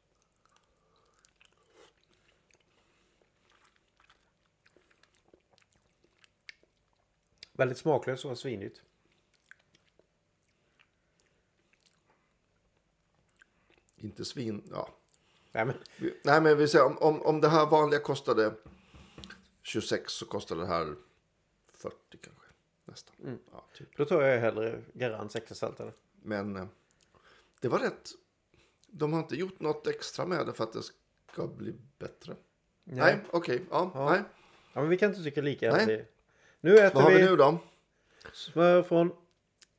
S3: Väldigt smaklöst och svinigt.
S2: Inte svin... Ja.
S3: Nej men,
S2: Vi- Nej, men vi säger om, om, om det här vanliga kostade 26 så kostade det här 40 kanske. Nästan. Ja, typ.
S3: då tar jag hellre Garants extra saltade.
S2: Men eh, det var rätt. De har inte gjort något extra med det för att det ska bli bättre. Nej, okej. Ja,
S3: Ja.
S2: nej.
S3: Ja, men vi kan inte tycka lika.
S2: Nej.
S3: alltid. Nu äter
S2: Vad har
S3: vi,
S2: vi nu då?
S3: smör från...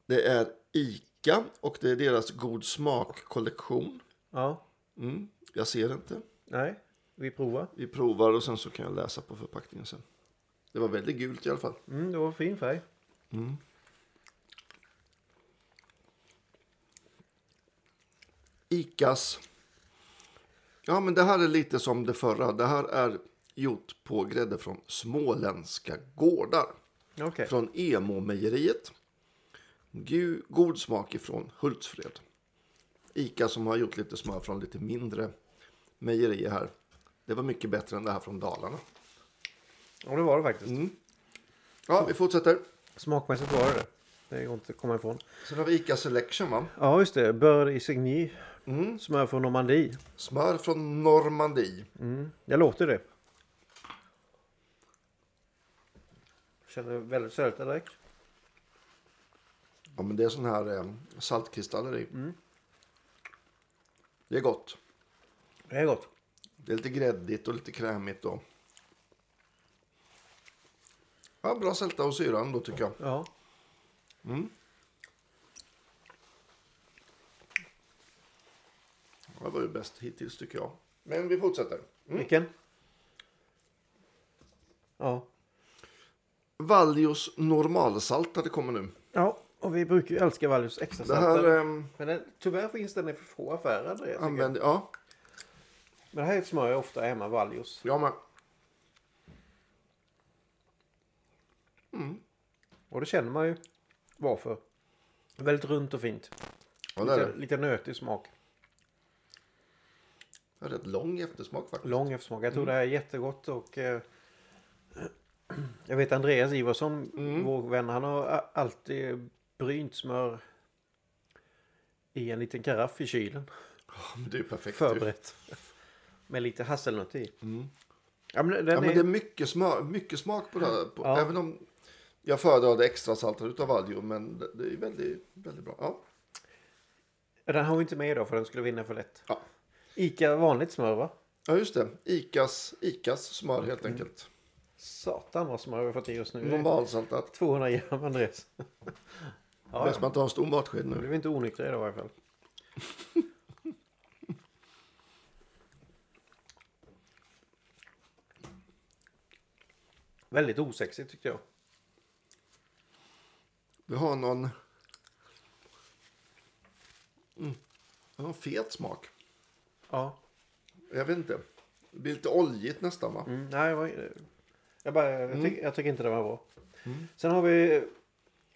S2: Det är Ica och det är deras God smak-kollektion.
S3: Ja,
S2: Mm, jag ser inte.
S3: nej. Vi provar.
S2: Vi provar och sen så kan jag läsa på förpackningen sen. Det var väldigt gult i alla fall.
S3: Mm, det var en fin färg.
S2: Icas. Ja, men det här är lite som det förra. Det här är gjort på grädde från småländska gårdar.
S3: Okej.
S2: Från Emo-mejeriet. Gu- God smak ifrån Hultsfred. Ica som har gjort lite smör från lite mindre mejerier här. Det var mycket bättre än det här från Dalarna.
S3: Ja, det var det faktiskt.
S2: Mm. Ja, vi fortsätter.
S3: Smakmässigt var det det. Det går inte att komma ifrån.
S2: Sen har vi Ica Selection, va?
S3: Ja, just det. Beurre i Signy.
S2: Mm.
S3: Smör från Normandie.
S2: Smör från Normandie.
S3: Mm. Jag låter det. Känner väldigt sälta direkt.
S2: Ja, men det är sån här eh, saltkristaller i. Det är gott.
S3: Det är gott.
S2: Det är lite gräddigt och lite krämigt. Och... Ja, bra sälta och syra ändå tycker jag.
S3: Ja.
S2: Det var ju bäst hittills tycker jag. Men vi fortsätter. Mm.
S3: Vilken? Ja.
S2: Valios normalsaltade kommer nu.
S3: Ja, och vi brukar ju älska Valius extra
S2: Det
S3: saltad.
S2: här eh,
S3: Men den, tyvärr finns den i för få affärer. Andreas, tycker jag.
S2: använder... Ja.
S3: Men det här är ett smör jag ofta har hemma, Valjos.
S2: Jag med.
S3: Och det känner man ju varför. Väldigt runt och fint.
S2: Ja, det är
S3: Lite,
S2: det.
S3: lite nötig smak.
S2: Det är rätt lång eftersmak faktiskt.
S3: Lång eftersmak. Jag tror
S2: Mm.
S3: det här är jättegott och eh, jag vet Andreas Ivarsson,
S2: Mm.
S3: vår vän, han har a- alltid brynt smör i en liten karaff i kylen.
S2: Men Det är ju perfekt. ju.
S3: Förberett. Med lite hasselnöt i. Ja, men den
S2: Mm. Ja,
S3: är,
S2: men det är mycket, smör, mycket smak på det här. På,
S3: Ja.
S2: Även om jag föredrar det extra saltade utav Valjo. Men det, det är väldigt, väldigt bra. Ja.
S3: Den har vi inte med idag för den skulle vinna för lätt.
S2: Ja.
S3: Ica vanligt smör va?
S2: ja, just det. Icas, Icas smör helt
S3: Mm.
S2: enkelt.
S3: Satan vad smör vi har fått i oss nu.
S2: Normalsaltat.
S3: 200 gram Andreas. Ja, ja.
S2: Bäst man tar en stor matsked
S3: Nu
S2: nu.
S3: blir vi inte onyktra idag i alla fall. Väldigt osexigt tyckte jag.
S2: Vi har någon... Mm. Det Mm. har en fet smak.
S3: Ja.
S2: Jag vet inte. Det blir lite oljigt nästan va?
S3: Mm, nej, det var, jag, bara, jag, tyck, jag tycker inte det var bra. Sen har vi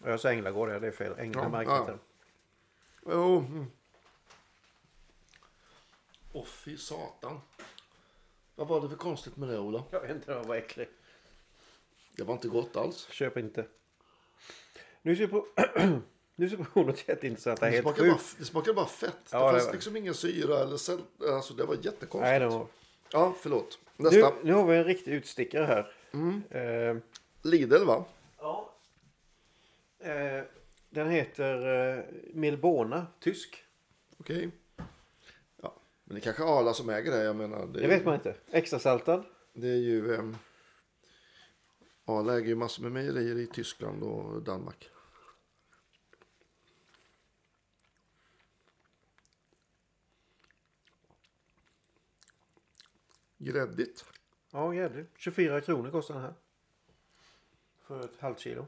S3: Och Jag sa Änglagård, ja, det är fel. Änglamark
S2: Ja,
S3: heter den.
S2: Jo. Mm. Åh fy satan. Vad var det för konstigt med det Ola?
S3: Jag vet inte, den var äcklig.
S2: Det var inte gott alls.
S3: Köp inte. Nu ser på... nu ser på något jätteintressant. Det är
S2: Det
S3: helt
S2: smakade, bara,
S3: sjukt.
S2: det smakade bara fett.
S3: Ja, det
S2: det fanns
S3: var-
S2: liksom ingen syra eller sält. Alltså det var jättekonstigt.
S3: Nej, det var...
S2: Ja, förlåt.
S3: nu,
S2: Nästa. Mm.
S3: nu har vi en riktig utstickare här. Eh,
S2: Lidl va?
S3: ja. Eh, den heter eh, Milbona, tysk.
S2: Okej. Ja. Men det kanske är Arla som äger det. Jag menar. Det,
S3: Det vet man inte. Extrasaltad.
S2: Det är ju... ehm, Arla äger ju massor med mejerier i Tyskland och Danmark. Gräddigt.
S3: Ja, jävligt. 24 kronor kostar den här. För ett halvt kilo.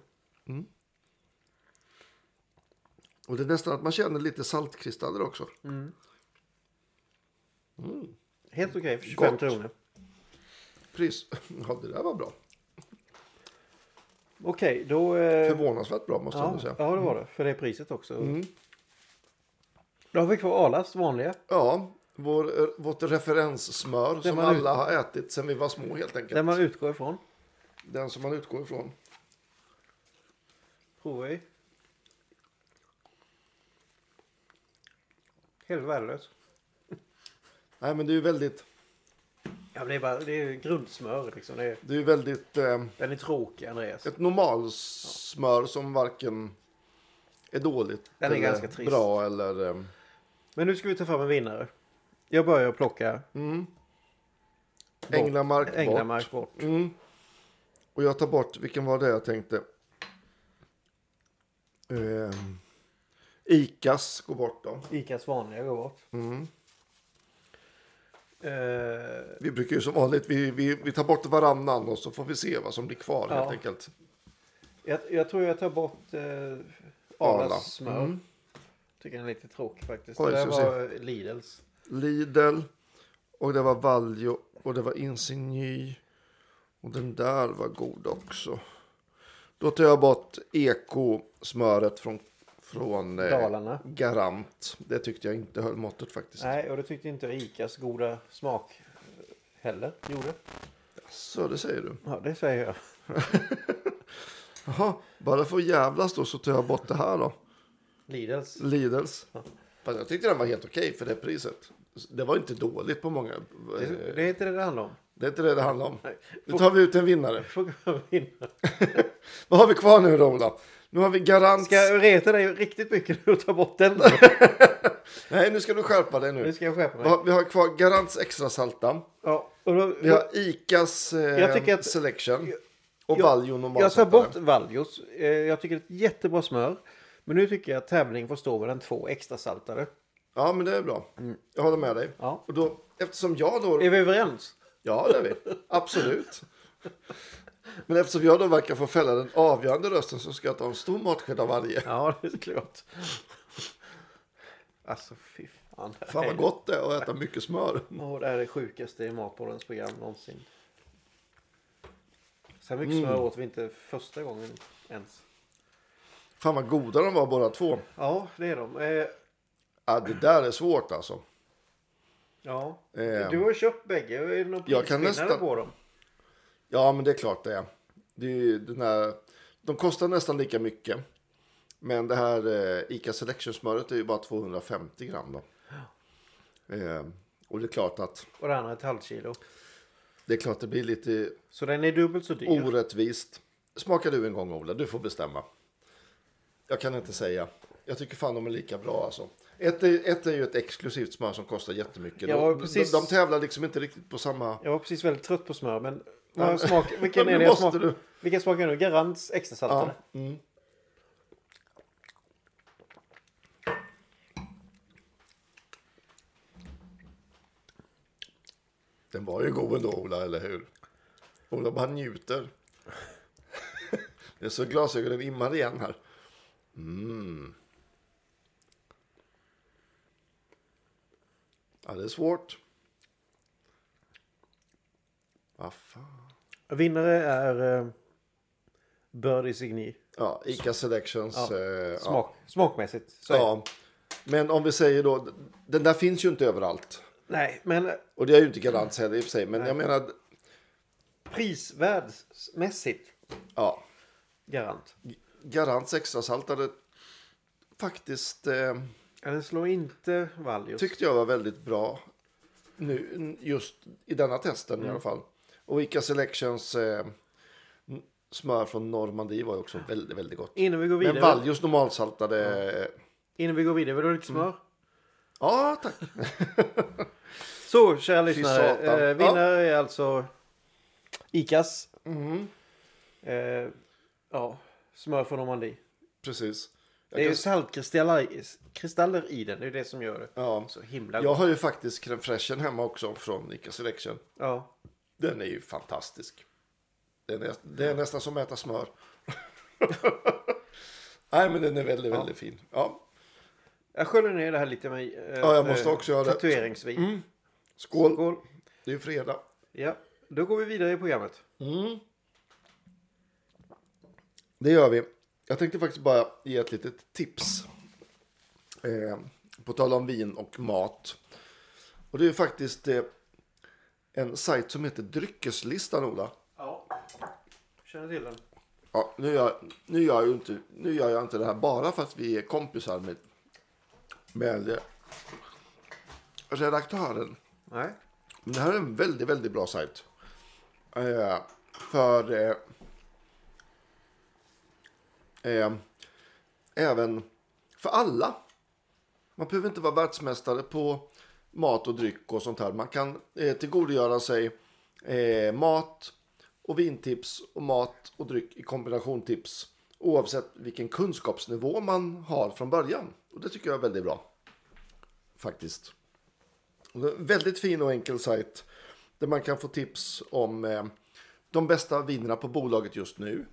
S2: Och det är nästan att man känner lite saltkristaller också.
S3: Mm. Helt okej för 25
S2: Gott.
S3: kronor.
S2: Pris. Ja, det där var bra.
S3: Okej, då... eh,
S2: Förvånansvärt Mm. bra måste jag
S3: ja,
S2: ändå säga.
S3: ja, det var det. För det priset också. Då har vi kvar Arlas vanliga.
S2: Ja, vår, eh, vårt referenssmör som
S3: man ut-
S2: alla har ätit sedan vi var små helt enkelt.
S3: Den man utgår ifrån.
S2: Den som man utgår ifrån.
S3: Provar vi. Helt värdelös.
S2: Nej, men det är ju väldigt...
S3: Ja, men det är bara det är grundsmör liksom. Det är,
S2: Det är ju väldigt ehm,
S3: den är tråkig Andreas.
S2: ett normalsmör som varken är dåligt
S3: Den är
S2: eller
S3: ganska trist.
S2: bra eller... ehm,
S3: Men nu ska vi ta fram en vinnare. Jag börjar plocka
S2: Änglamark bort.
S3: Änglamark bort.
S2: Och jag tar bort, vilken var det jag tänkte? Ehm, Icas går bort då.
S3: Icas vanliga går bort. Eh,
S2: Vi brukar ju som vanligt, vi, vi, vi tar bort varannan och så får vi se vad som blir kvar
S3: Ja.
S2: helt enkelt.
S3: jag, jag tror jag tar bort eh,
S2: Arla.
S3: Arlas smör. Tycker den är lite tråkig faktiskt.
S2: Oj,
S3: det där
S2: ska vi se.
S3: var Lidls.
S2: Lidl och det var Valjo och det var insigny. Och den där var god också. Då tar jag bort ekosmöret från, från eh,
S3: Dalarna.
S2: Garant. Det tyckte jag inte höll måttet faktiskt.
S3: Nej, och det tyckte inte Rikas goda smak eh, heller gjorde.
S2: Så det säger du.
S3: Ja, det säger jag.
S2: Jaha, bara för att jävlas då så tar jag bort det här då.
S3: Lidls.
S2: Lidls. Fast jag tyckte den var helt okej för det priset. Det var inte dåligt på många.
S3: Det,
S2: eh,
S3: det är inte det det handlar om.
S2: Det är inte det det handlar om. Nu tar vi ut en vinnare.
S3: Fråga vinnare.
S2: Vad har vi kvar nu då Ola? Nu har vi Garant.
S3: Ska jag reta dig riktigt mycket nu och ta bort den?
S2: Nej, nu ska du skärpa dig
S3: Nu
S2: nu.
S3: ska jag skärpa
S2: Vi
S3: mig.
S2: har- Vi har kvar Garants extra salta.
S3: Ja, och då,
S2: Vi har Icas eh,
S3: Jag tycker att-
S2: Selection. Och
S3: jag-
S2: Valjo
S3: jag tar
S2: normalsaltare.
S3: bort Valjos. Eh, Jag tycker det är ett jättebra smör. Men nu tycker jag att tävling får stå med den två extra saltare.
S2: Ja, men det är bra. Jag håller med dig.
S3: Mm. Ja.
S2: Och då, eftersom jag då...
S3: Är vi överens?
S2: Ja, det är vi. Absolut. Men eftersom jag då verkar få fälla den avgörande rösten så ska jag ta en stor matsked av varje.
S3: Ja, det är klart. Alltså, fy fan.
S2: Fan vad gott det är att äta mycket smör.
S3: Åh, det här är det sjukaste i Matbollens program någonsin. Så här mycket smör åt vi inte första gången ens.
S2: Fan vad goda de var båda två.
S3: Ja, det är de. Eh,
S2: Ja, det där är svårt alltså.
S3: ja.
S2: Eh.
S3: Du har ju köpt bägge. Är det någon
S2: Jag kan
S3: prisskillnad
S2: nästan-
S3: på dem?
S2: Ja, men det är klart det är. Det är ju den här, de kostar nästan lika mycket. Men det här eh, ICA Selection-smöret är ju bara 250 gram då. Eh, och det är klart att
S3: Och det andra är ett halvt kilo.
S2: det, är klart det blir lite
S3: Så den är dubbelt så dyr.
S2: Oh. orättvist. Smakar du en gång Ola, du får bestämma. Jag kan inte säga. Jag tycker fan de är lika bra alltså. Ett är, ett är ju ett exklusivt smör som kostar jättemycket.
S3: Ja,
S2: de, de,
S3: precis.
S2: de tävlar liksom inte riktigt på samma...
S3: Jag var precis väldigt trött på smör, men vad smak, vilken
S2: Men
S3: är
S2: nu
S3: det jag
S2: måste
S3: smak,
S2: du.
S3: Vilken smakar nu? Garants extrasaltare?
S2: Den var ju god ändå Ola, eller hur? Ola bara njuter. Det är så glasögonen immar igen här. Mm. Ja, det är svårt. Vad Ah, fan.
S3: Vinnare är eh, Birdie Signy.
S2: Ja, Ica Selections.
S3: Ja,
S2: eh, ja.
S3: Smak, Smakmässigt. Så är det.
S2: Ja. Men om vi säger då, den där finns ju inte överallt.
S3: Nej, men
S2: Och det är ju inte Garants heller i och för sig. Men jag menar,
S3: prisvärdsmässigt
S2: ja.
S3: Garant.
S2: Garants extrasaltade faktiskt eh,
S3: Ja, Den slår inte Valjos.
S2: tyckte jag var väldigt bra. Nu, just i denna testen
S3: Mm.
S2: i alla fall. Och Ica Selections eh, n- smör från Normandie var ju också väldigt, väldigt gott.
S3: Innan vi går
S2: Men
S3: vidare.
S2: Valjos normalsaltade... eh,
S3: Innan vi går vidare, vill du ha
S2: Mm.
S3: lite smör?
S2: Ja, tack.
S3: Så, kära
S2: satan.
S3: lyssnare. Eh, vinnare är alltså Icas.
S2: Mm-hmm.
S3: Eh, ja, smör från Normandie.
S2: Precis. Jag,
S3: Det är
S2: kan,
S3: ju saltkristaller i- kristaller i den. Det är det som gör det
S2: Ja.
S3: så himla
S2: jag
S3: gott.
S2: har ju faktiskt crème fraîchen hemma också från Ica Selection.
S3: Ja.
S2: Den är ju fantastisk. Den är, det är nästan som att äta smör. Nej, men den är väldigt, väldigt fin. Ja,
S3: Jag sköljer ner det här lite med eh,
S2: Ja, jag måste också göra det. Mm.
S3: tatueringsvin.
S2: skål.
S3: Skål.
S2: Det är ju fredag.
S3: Ja, då går vi vidare i programmet.
S2: Det gör vi. Jag tänkte faktiskt bara ge ett litet tips. Eh, på tal om vin och mat. Och det är ju faktiskt eh, en sajt som heter Dryckeslistan, Ola.
S3: Ja, känner till den.
S2: Ja, nu, gör, nu, gör jag ju inte, nu gör jag inte det här bara för att vi är kompisar med, med eh, redaktören.
S3: Nej.
S2: Men det här är en väldigt, väldigt bra sajt. Eh, för eh, eh, även för alla. Man behöver inte vara världsmästare på mat och dryck och sånt här. Man kan eh, tillgodogöra sig eh, mat och vintips och mat och dryck i kombinationtips oavsett vilken kunskapsnivå man har från början. Och det tycker jag är väldigt bra. Faktiskt. Och det är en Väldigt fin och enkel sajt där man kan få tips om eh, de bästa vinerna på bolaget just nu.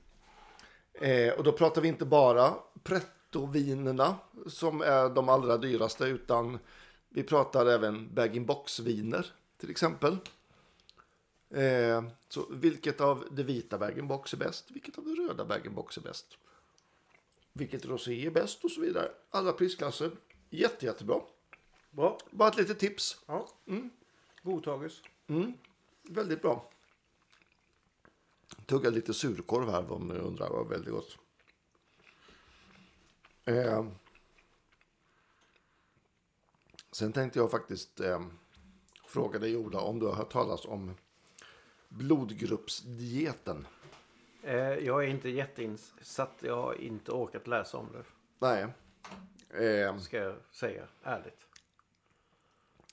S2: Eh, och då pratar vi inte bara prettovinerna som är de allra dyraste utan vi pratar även bag-in-box-viner till exempel. Eh, så vilket av det vita bag-in-box är bäst? Vilket av det röda bag-in-box är bäst? Vilket rosé är bäst? Och så vidare. Alla prisklasser. Jätte, jättebra.
S3: Bra.
S2: Bara ett litet tips.
S3: Ja.
S2: Mm.
S3: Godtages.
S2: Väldigt bra. Tugga lite surkorv här om ni undrar. Var väldigt gott. Eh, sen tänkte jag faktiskt eh, fråga dig Ola om du har hört talas om blodgruppsdieten.
S3: Eh, jag är inte jätteinsatt. Jag har inte orkat läsa om det.
S2: Nej. Eh,
S3: Ska jag säga ärligt.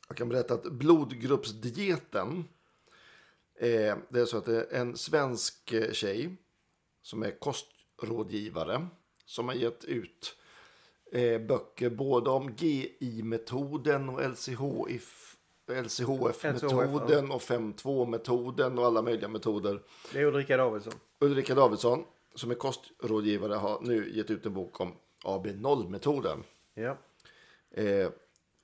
S2: Jag kan berätta att blodgruppsdieten. Eh, det är så att det är en svensk eh, tjej som är kostrådgivare som har gett ut eh, böcker både om GI-metoden och LCHF, LCHF-metoden och 5.2-metoden och alla möjliga metoder.
S3: Det är Ulrika Davidsson.
S2: Ulrika Davidsson som är kostrådgivare har nu gett ut en bok om AB0-metoden
S3: Ja.
S2: eh,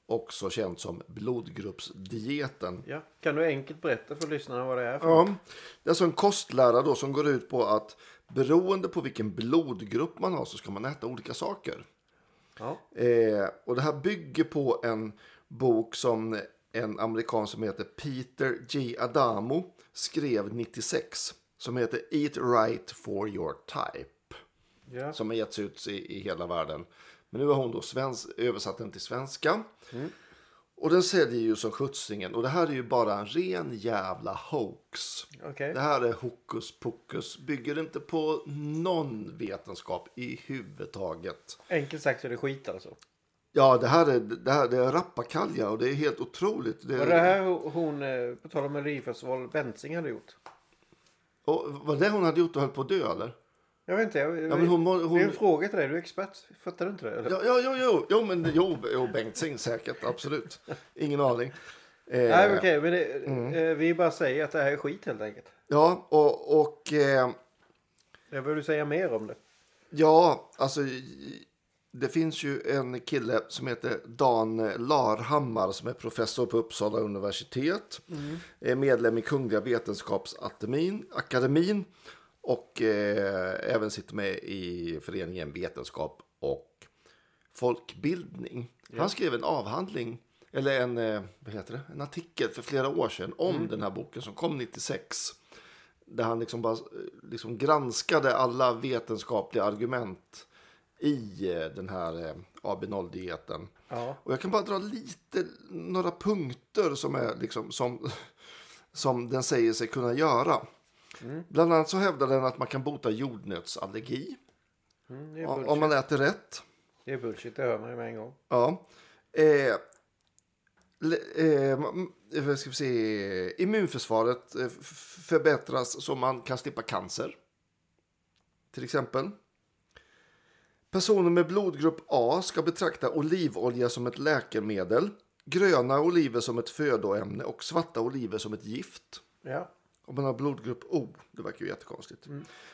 S2: också känt som blodgruppsdieten.
S3: ja. Kan du enkelt berätta för lyssnarna vad det är? För?
S2: Ja, det är alltså en kostlära då som går ut på att beroende på vilken blodgrupp man har så ska man äta olika saker.
S3: Ja.
S2: Eh, och det här bygger på en bok som en amerikan som heter Peter G. Adamo skrev 96 som heter Eat Right for Your Type
S3: Ja.
S2: som har getts ut i, i hela världen. Men nu har hon då svensk, översatt den till svenska.
S3: Mm.
S2: Och den säljer ju som sjuttsingen. Och det här är ju bara en ren jävla hoax.
S3: Okej.
S2: Det här är hokus pokus. Bygger inte på någon vetenskap i huvud taget.
S3: Enkelt sagt så är det skit alltså.
S2: Mm. Ja, det här är, det här, det är rappakalja och det är helt otroligt. Det,
S3: Var det här ho- hon, eh, på tal om Melodifestival, Bensing hade gjort?
S2: och, var det hon hade gjort och höll på att dö eller?
S3: Jag vet inte. Jag, ja,
S2: men hon må- hon-
S3: Det är en fråga till dig. Du är expert. Fattar du inte det? Eller?
S2: Ja, ja, jo, jo, jo, men jo, jo Bengtzing säkert, absolut. Ingen aning. Eh,
S3: Nej, okej. men det,
S2: Mm.
S3: eh, vi bara säger att det här är skit helt enkelt.
S2: Ja, och, och eh,
S3: Jag behöver säga mer om det.
S2: Ja, alltså i- det finns ju en kille som heter Dan Larhammar som är professor på Uppsala universitet. Är medlem i Kungliga Vetenskapsakademin akademin, och eh, även sitter med i föreningen Vetenskap och folkbildning. Han skrev en avhandling, eller en, eh, vad heter det? en artikel för flera år sedan om den här boken som kom 96 där han liksom bara eh, liksom granskade alla vetenskapliga argument i eh, den här eh, AB0-dieten.
S3: Ja.
S2: Och jag kan bara dra lite, några punkter som, är liksom, som, som den säger sig kunna göra. Bland annat så hävdar den att man kan bota jordnötsallergi
S3: Mm, det, är
S2: om
S3: bullshit.
S2: om man äter rätt.
S3: det är bullshit. Det hör man ju med en gång.
S2: Ja. Eh, le- eh, ma- m- vad ska vi se? Immunförsvaret eh, f- f- förbättras så man kan slippa cancer. Till exempel. Personer med blodgrupp A ska betrakta olivolja som ett läkemedel, gröna oliver som ett födoämne och svarta oliver som ett gift.
S3: Ja.
S2: Om man har blodgrupp O. Det verkar ju jättekonstigt.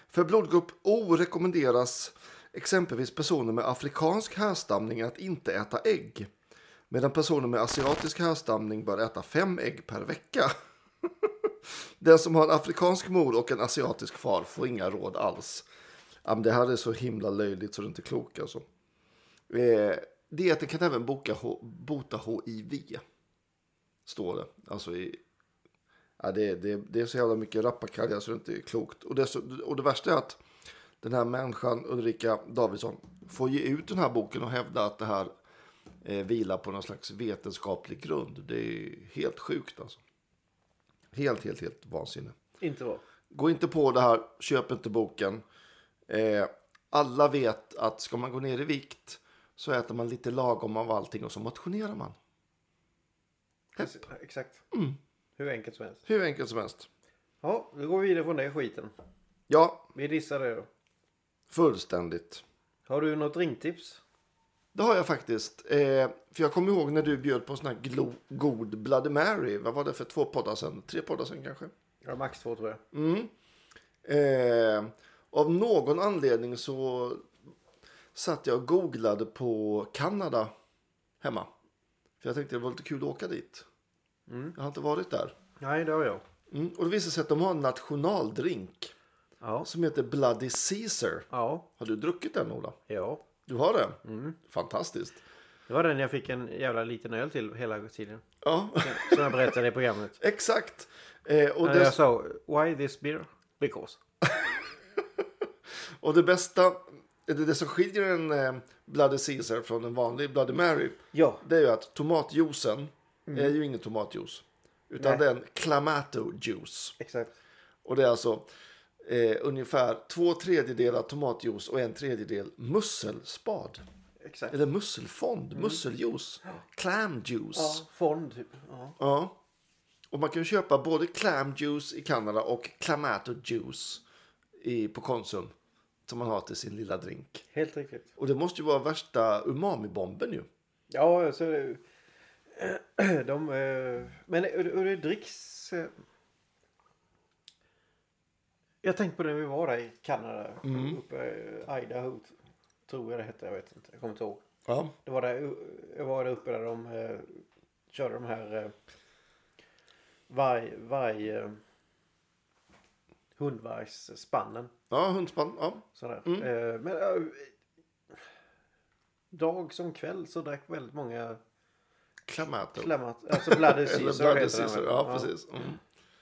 S2: För blodgrupp O rekommenderas exempelvis personer med afrikansk härstamning att inte äta ägg. Medan personer med asiatisk härstamning bör äta fem ägg per vecka. Den som har en afrikansk mor och en asiatisk far får inga råd alls. Ja, men det här är så himla löjligt så det är inte klokt alltså. Eh, dieten kan även boka H- bota HIV. Står det. Alltså i, Ja, det, det, det är så jävla mycket rappakalja så det inte är klokt. Och det, är så- och det värsta är att den här människan, Ulrika Davidsson, får ge ut den här boken och hävda att det här eh, vilar på någon slags vetenskaplig grund. Det är helt sjukt alltså. Helt, helt, helt vansinne.
S3: Inte bra.
S2: Gå inte på det här, köp inte boken. Eh, alla vet att ska man gå ner i vikt så äter man lite lagom av allting och så motionerar man.
S3: Precis, Exakt.
S2: Mm.
S3: Hur enkelt som helst.
S2: Hur enkelt som helst.
S3: Ja, nu går vi vidare från den skiten.
S2: Ja,
S3: Vi dissar det då.
S2: fullständigt.
S3: Har du något drinktips?
S2: Det har jag faktiskt. Eh, för jag kommer ihåg när du bjöd på en sån här glo- god Bloody Mary. Vad var det för två poddar sen? Tre poddar sen kanske?
S3: Ja, max två tror jag.
S2: Eh, av någon anledning så satt jag och googlade på Kanada hemma. För jag tänkte det var lite kul att åka dit. Jag har inte varit där.
S3: Nej, det har jag.
S2: Mm, och det visar sig att de har en nationaldrink
S3: Ja.
S2: som heter Bloody Caesar.
S3: Ja.
S2: Har du druckit den, Ola?
S3: Ja.
S2: Du har den? Fantastiskt.
S3: Det var den jag fick en jävla liten öl till hela tiden.
S2: Ja,
S3: Som jag berättade i programmet.
S2: exakt. Eh, och,
S3: När jag
S2: det,
S3: sa Why this beer? Because.
S2: och det bästa, det, det som skiljer en eh, Bloody Caesar från en vanlig Bloody Mary,
S3: Ja.
S2: det är ju att tomatjuicen är ju ingen tomatjuice. Utan
S3: Mm.
S2: det
S3: Nej.
S2: är en clamato juice.
S3: Exakt.
S2: Och det är alltså eh, ungefär två tredjedelar tomatjuice och en tredjedel musselspad.
S3: Exakt.
S2: Eller musselfond, musseljuice, clam juice.
S3: Mm. Ja, fond. typ. Ja.
S2: Ja. Och man kan ju köpa både clam juice i Kanada och clamato juice i, på Konsum. Som man har till sin lilla drink.
S3: Helt riktigt.
S2: Och det måste ju vara värsta umami-bomben ju.
S3: Ja, så är det ju. De, eh, men och- och det dricks... eh, Jag tänkte på det när vi var där i Kanada. Uppe i Idaho. Tror jag det hette. Jag vet inte. Jag kommer inte ihåg.
S2: Ja.
S3: Det var där, jag var där uppe där de eh, körde de här eh, vaj, vaj, eh, hundvargsspannen.
S2: Ja, hundspann. Ja.
S3: Sådär.
S2: Mm.
S3: Eh, men eh, dag som kväll så drack väldigt många
S2: Clamato.
S3: klämmat, alltså Bloody
S2: Eller
S3: Caesar
S2: Bloody
S3: heter den,
S2: Caesar.
S3: väl?
S2: Ja, precis. Mm.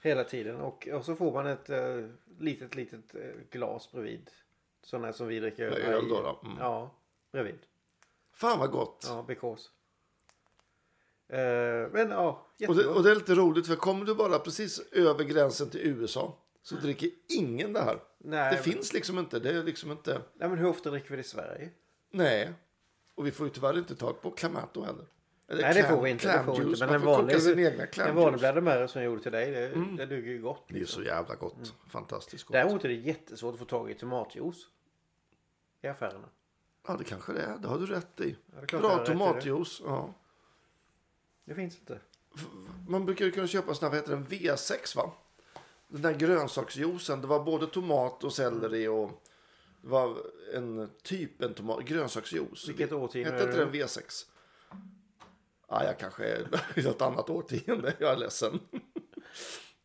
S3: Hela tiden och, och så får man ett eh, litet, litet eh, glas bredvid. Sådana här som vi dricker.
S2: Med
S3: här
S2: öl
S3: i-
S2: då, då. Mm.
S3: Ja, bredvid.
S2: Fan vad gott.
S3: Ja, because. Eh, men ja,
S2: Och det,
S3: jättegott.
S2: och det är lite roligt för kommer du bara precis över gränsen till USA så dricker ingen det här.
S3: Mm. Nej,
S2: det
S3: men-
S2: finns liksom inte. Det är liksom inte.
S3: Nej, men hur ofta dricker vi det i Sverige?
S2: Nej. Och vi får ju tyvärr inte tag på Clamato heller. Eller
S3: Nej, det
S2: clam-
S3: får vi inte. Det får vi
S2: clamjuice.
S3: inte. Men
S2: Man
S3: en
S2: får koka
S3: vanlig,
S2: sin egna
S3: en
S2: clamjuice.
S3: vanlig Bloody Mary som jag gjorde till dig, det, det duger ju gott.
S2: Det är ju så jävla gott. Fantastiskt gott.
S3: Däremot är Mm. det jättesvårt att få tag i tomatjuice i affärerna.
S2: Ja, det kanske det är. Det har du rätt i.
S3: det är klart jag har
S2: Bra
S3: rätt i det.
S2: tomatjuice. Ja.
S3: Det finns inte.
S2: Man brukar ju kunna köpa sån här, vad heter den, V6 va? Den där grönsaksjuicen, det var både tomat och selleri och det var en typ en tomat, grönsaksjuice.
S3: Vilket årtionde
S2: Hette
S3: är
S2: inte
S3: det?
S2: den V6? Ja, jag kanske är i något annat årtionde, jag är ledsen.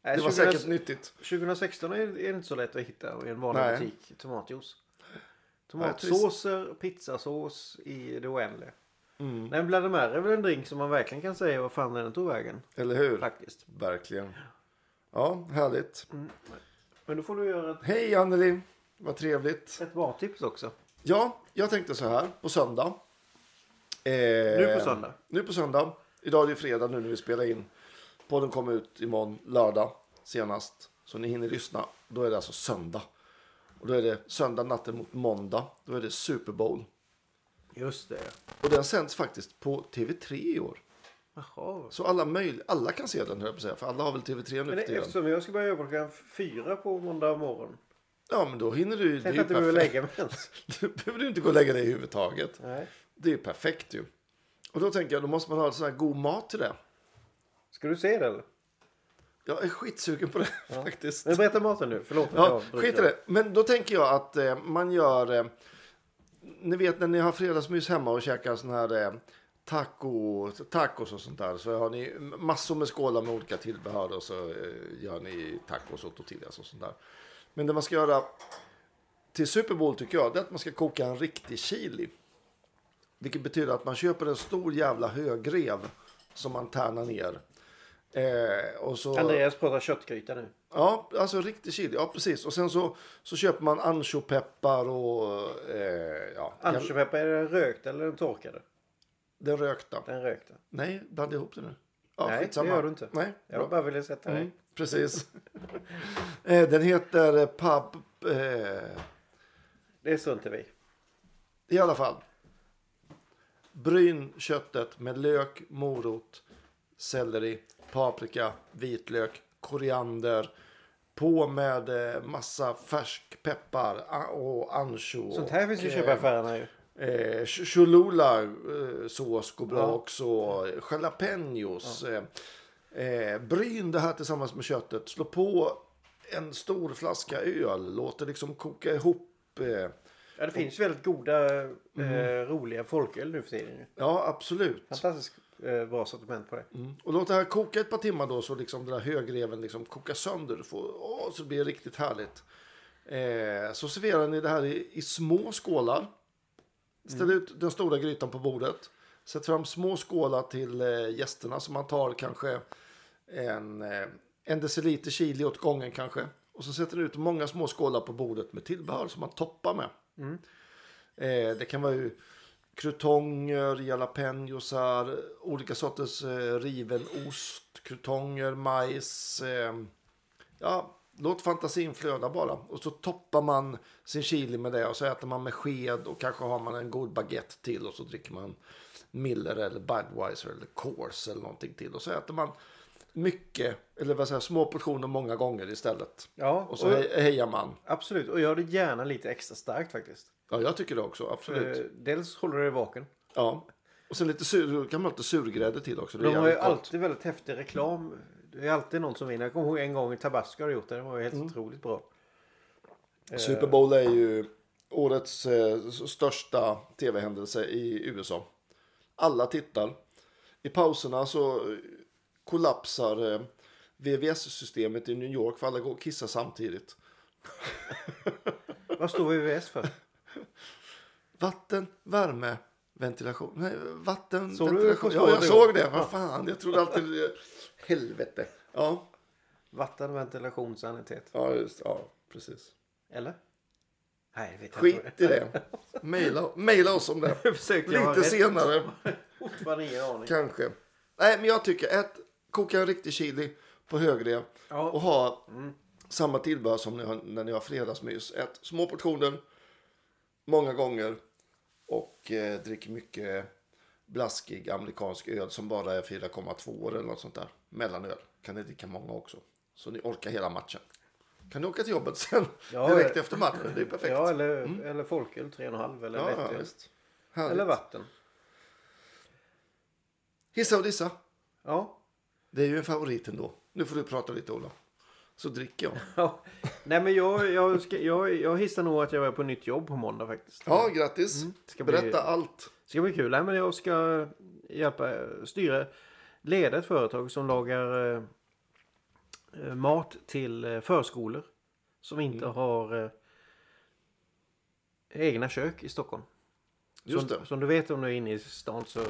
S3: Nej,
S2: Det var
S3: 2000
S2: säkert nyttigt.
S3: 2016 är är det inte så lätt att hitta i en vanlig
S2: Nej.
S3: butik tomatjuice.
S2: Nej,
S3: Tomatsåser, pizzasås i det oändliga. Mm. Nej, Bloody Mary är väl en drink som man verkligen kan säga vad fan är den tog vägen.
S2: Eller hur?
S3: Faktiskt.
S2: Verkligen. Ja, härligt.
S3: Mm. Men då får du göra ett,
S2: Hej Anneli, vad trevligt.
S3: ett bartips också.
S2: Ja, jag tänkte så här på söndag. Eh,
S3: Nu på söndag?
S2: Nu på söndag. Idag är det fredag nu när vi spelar in. Podden kommer ut imorgon lördag senast. Så ni hinner lyssna. Då är det alltså söndag. Och då är det söndag natten mot måndag. Då är det Super Bowl.
S3: Just det.
S2: Och den sänds faktiskt på TV3 i år.
S3: Jaha.
S2: Så alla, möj- alla kan se den höll jag på att säga. För alla har väl TV3 nu
S3: Men
S2: för
S3: det,
S2: tiden.
S3: eftersom jag ska börja jobba klockan fyra på måndag morgon.
S2: Ja men då hinner du ju. Det är
S3: Tänk
S2: ju
S3: att du behöver
S2: perfekt.
S3: lägga mig ens.
S2: Du behöver du inte gå och lägga dig i huvudtaget.
S3: Nej.
S2: Det är ju perfekt ju. Och då tänker jag då måste man ha sån här god mat till det.
S3: Ska du se det eller?
S2: Jag är skitsugen på det faktiskt.
S3: Men berätta maten nu. Förlåt att
S2: Ja,
S3: jag
S2: skit i det. Men då tänker jag att eh, man gör... Eh, ni vet när ni har fredagsmys hemma och käkar sån här eh, taco, tacos och sånt där. Så har ni massor med skålar med olika tillbehör och så eh, gör ni tacos och tortillas och sånt där. Men det man ska göra till Super Bowl tycker jag, det är att man ska koka en riktig chili. Vilket betyder att man köper en stor jävla högrev som man tärnar ner. Eh, och så...
S3: Andreas pratar köttgryta nu.
S2: Ja, alltså riktig chili. Ja, precis. Och sen så, så köper man anchopeppar och... Eh, ja,
S3: Ansjopeppar, är den rökt eller den torkade?
S2: Den rökta.
S3: Den rökta.
S2: Nej, blanda ihop det nu. Ja,
S3: Nej, det gör du inte.
S2: Nej,
S3: Jag bara ville sätta dig.
S2: Mm, precis. eh, den heter eh, pub... Eh,
S3: Det struntar vi i.
S2: I alla fall. Bryn köttet med lök, morot, selleri, paprika, vitlök, koriander. På med eh, massa färsk peppar a- och ansjo.
S3: Sånt här finns ju
S2: och,
S3: att köpa i affärerna ju.
S2: Eh, ch- Cholula eh, sås går bra också. Jalapenos. Eh, eh, bryn det här tillsammans med köttet. Slå på en stor flaska öl. Låt det liksom koka ihop. Eh,
S3: Ja, det
S2: Mm.
S3: finns ju väldigt goda, eh, roliga folköl nu för tiden. ju.
S2: ja, absolut.
S3: Fantastisk eh, bra sortiment på det.
S2: Mm. Och låt det här koka ett par timmar då så liksom den här högreven liksom kokar sönder. Får, åh, så det blir riktigt härligt. Eh, så serverar ni det här i, i små skålar. Ställ ut den stora grytan på bordet. Sätt fram små skålar till eh, gästerna så man tar kanske en, eh, en deciliter chili åt gången kanske. Och så sätter ni ut många små skålar på bordet med tillbehör som man toppar med. Eh, det kan vara ju krutonger, jalapenosar, olika sorters eh, riven ost, krutonger, majs. Eh, ja, låt fantasin flöda bara. Och så toppar man sin chili med det och så äter man med sked och kanske har man en god baguette till och så dricker man Miller eller Budweiser eller Coors eller någonting till. Och så äter man mycket, eller vad säger jag, små portioner många gånger istället.
S3: Ja,
S2: Och så
S3: och-
S2: he- hejar man.
S3: Absolut, och gör det gärna lite extra starkt faktiskt.
S2: Ja, jag tycker det också,
S3: För,
S2: absolut.
S3: eh, dels håller det vaken.
S2: Ja. Och sen lite sur, kan man ha lite surgrädde till också. Det är
S3: De har ju
S2: jävligt gott.
S3: alltid väldigt häftig reklam. Det är alltid någon som vinner. Jag kommer ihåg en gång i Tabasco har gjort det. Det var ju helt
S2: Mm.
S3: otroligt bra.
S2: Super Bowl är ju årets eh, s- största tv-händelse i USA. Alla tittar. I pauserna så eh, kollapsar eh, VVS-systemet i New York för alla går och kissar samtidigt.
S3: Vad står VVS för?
S2: Vatten, värme, ventilation. Nej, vatten,
S3: Såg du
S2: ventilation.
S3: På
S2: Ja, jag
S3: spåret igår?
S2: såg det. Vad fan, jag trodde alltid... eh, Helvete. Ja,
S3: Vatten, ventilation, sanitet.
S2: ja, just, ja precis.
S3: Eller? Nej, det vet jag
S2: Skit
S3: inte.
S2: i det. Maila, maila oss om det.
S3: Jag försökte, jag har
S2: Lite
S3: rätt.
S2: senare
S3: Fortfarande ingen aning.
S2: kanske. Nej, men jag tycker ett, koka en riktig chili på högrev
S3: Ja. Mm.
S2: och ha samma tillbehör som ni har, när ni har fredagsmys. Ett, små portioner, många gånger och eh, drick mycket blaskig amerikansk öl som bara är 4,2 år eller något sånt där. Mellanöl kan ni dricka många också. Så ni orkar hela matchen. Kan ni åka till jobbet sen
S3: Ja,
S2: direkt
S3: ja.
S2: efter matchen? Det är perfekt. Mm.
S3: Ja, eller, eller folköl 3,5 eller
S2: Ja, ja,
S3: lättöl.
S2: visst. Härligt.
S3: Eller vatten.
S2: Hissa och dissa.
S3: Ja.
S2: Det är ju en favorit ändå. Nu får du prata lite Ola. Så dricker jag.
S3: ja. Nej, men jag, jag, ska, jag, jag hissar nog att jag är på nytt jobb på måndag faktiskt.
S2: Ja, grattis.
S3: Mm. Ska bli-
S2: Berätta allt.
S3: ska bli kul. Nej, men jag ska hjälpa, styra, leda ett företag som lagar eh, mat till eh, förskolor som inte
S2: Mm.
S3: har eh, egna kök i Stockholm.
S2: Just
S3: som,
S2: det.
S3: som du vet om du är inne i stan så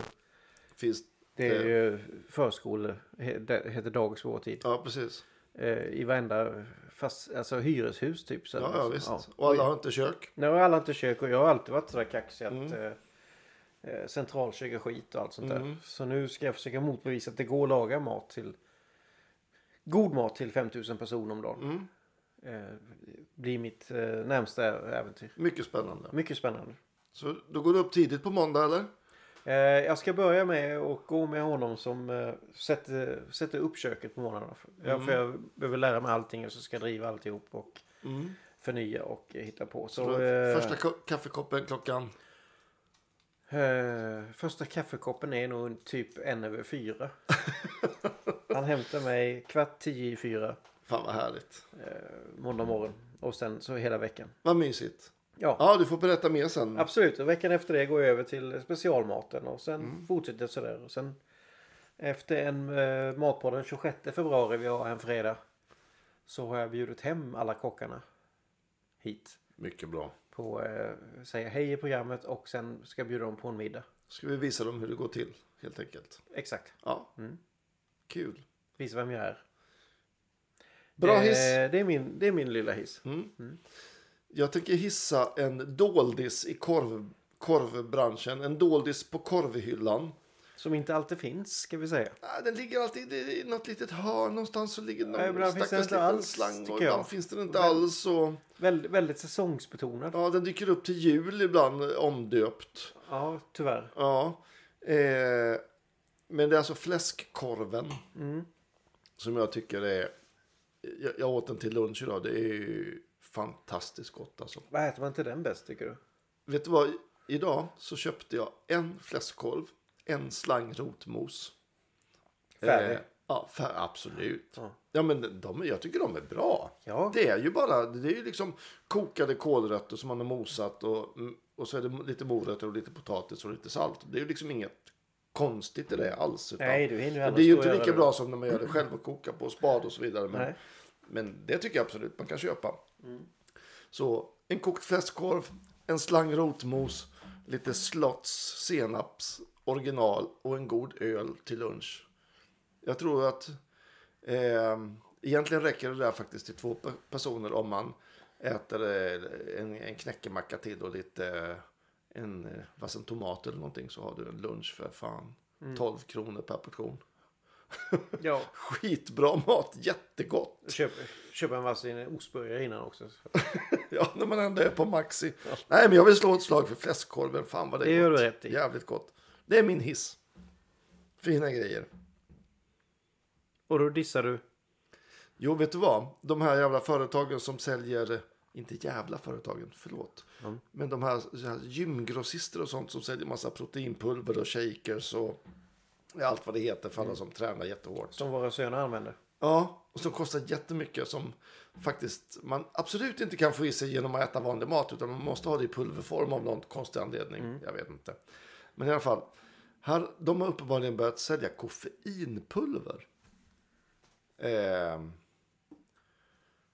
S2: Finns
S3: det är
S2: det-
S3: ju förskolor, he- det heter dagis på vår tid,
S2: Ja, precis.
S3: eh, i varenda fast, alltså hyreshus typ. Så
S2: Ja, ja, visst.
S3: Ja.
S2: Och alla har inte kök.
S3: Nej, och alla har inte kök och jag har alltid varit sådär kaxig att eh, eh, centralkök är skit och allt sånt där. Så nu ska jag försöka motbevisa att det går att laga mat till god mat till 5000 personer om dagen. Eh, blir mitt eh, närmsta äventyr.
S2: Mycket spännande.
S3: Mycket spännande.
S2: Så då går du upp tidigt på måndag eller?
S3: Eh, jag ska börja med att gå med honom som eh, sätter, sätter upp köket på morgonen. Ja, för jag behöver lära mig allting och så ska jag driva alltihop och förnya och eh, hitta på. Så, eh,
S2: Första ko- kaffekoppen klockan.
S3: Eh, första kaffekoppen är nog typ en över fyra. Han hämtar mig kvart tio i fyra
S2: Fan vad härligt.
S3: måndag morgon. Och sen så hela veckan.
S2: Vad mysigt.
S3: Ja,
S2: Ja, du får berätta mer sen.
S3: absolut. Och veckan efter det går jag över till specialmaten. Och sen fortsätter jag sådär. Och sen efter en eh, matpodd den 26 februari, vi har en fredag. Så har jag bjudit hem alla kockarna hit.
S2: Mycket bra.
S3: På eh, säga hej i programmet och sen ska jag bjuda dem på en middag.
S2: Ska vi visa dem hur det går till helt enkelt.
S3: Exakt.
S2: Ja.
S3: Mm.
S2: Kul.
S3: Visa vem jag är.
S2: Bra
S3: Eh,
S2: hiss.
S3: Det är min, det är min lilla hiss.
S2: Jag tänker hissa en doldis i korv, korvbranschen. En doldis på korvhyllan.
S3: Som inte alltid finns, ska vi säga.
S2: Nej, den ligger alltid i i något litet hörn någonstans så ligger någon
S3: Ja, ibland finns
S2: stackars
S3: den inte
S2: liten
S3: alls,
S2: slang och
S3: tycker jag.
S2: ibland finns den inte alls. Och,
S3: Väldigt, väldigt säsongsbetonad.
S2: ja, den dyker upp till jul ibland eh, omdöpt.
S3: Ja, tyvärr.
S2: Ja. Eh, men det är alltså fläskkorven
S3: Mm.
S2: som jag tycker är... Jag, jag åt den till lunch idag. Det är ju fantastiskt gott alltså.
S3: Vad äter man till den bäst, tycker du?
S2: Vet du vad? Idag så köpte jag en fläskkorv, en slang rotmos.
S3: Färdig?
S2: Eh, ja, fär, absolut.
S3: Ja.
S2: Ja. men de, jag tycker de är bra.
S3: Ja.
S2: Det är ju bara, det är ju liksom kokade kålrötter som man har mosat och, och så är det lite morötter och lite potatis och lite salt. Det är ju liksom inget konstigt i det alls. Utan
S3: Nej, du hinner ju
S2: det är ju inte
S3: ändå stå
S2: lika
S3: över.
S2: bra som när man gör det själv och kokar på spad och så vidare. Men,
S3: Nej. Mm.
S2: men det tycker jag absolut man kan köpa. Så en kokt fläskkorv, en slang rotmos, lite slots, senaps, original och en god öl till lunch. Jag tror att eh, egentligen räcker det där faktiskt till två pe- personer om man äter eh, en, en knäckemacka till och lite eh, en eh, vassen tomat eller någonting så har du en lunch för fan.
S3: Mm.
S2: 12 kronor per portion.
S3: Ja.
S2: Skitbra mat, jättegott.
S3: Köp, köp en varsin ostburgare innan också.
S2: Ja, när man ändå är på Maxi. Nej, men jag vill slå ett slag för fläskkorven. Fan vad det är
S3: Det gör
S2: gott.
S3: du rätt i.
S2: Jävligt gott. Det är min hiss. Fina grejer.
S3: Och då dissar du.
S2: Jo, vet du vad? De här jävla företagen som säljer... Inte jävla företagen, förlåt. Men de här, så här gymgrossister och sånt som säljer massa proteinpulver och shakers och ja, allt vad det heter för alla som tränar jättehårt.
S3: Som våra söner använder.
S2: Ja, och som kostar jättemycket som faktiskt man absolut inte kan få i sig genom att äta vanlig mat utan man måste ha det i pulverform av någon konstig anledning. Jag vet inte. Men i alla fall, här, de har uppenbarligen börjat sälja koffeinpulver. Eh,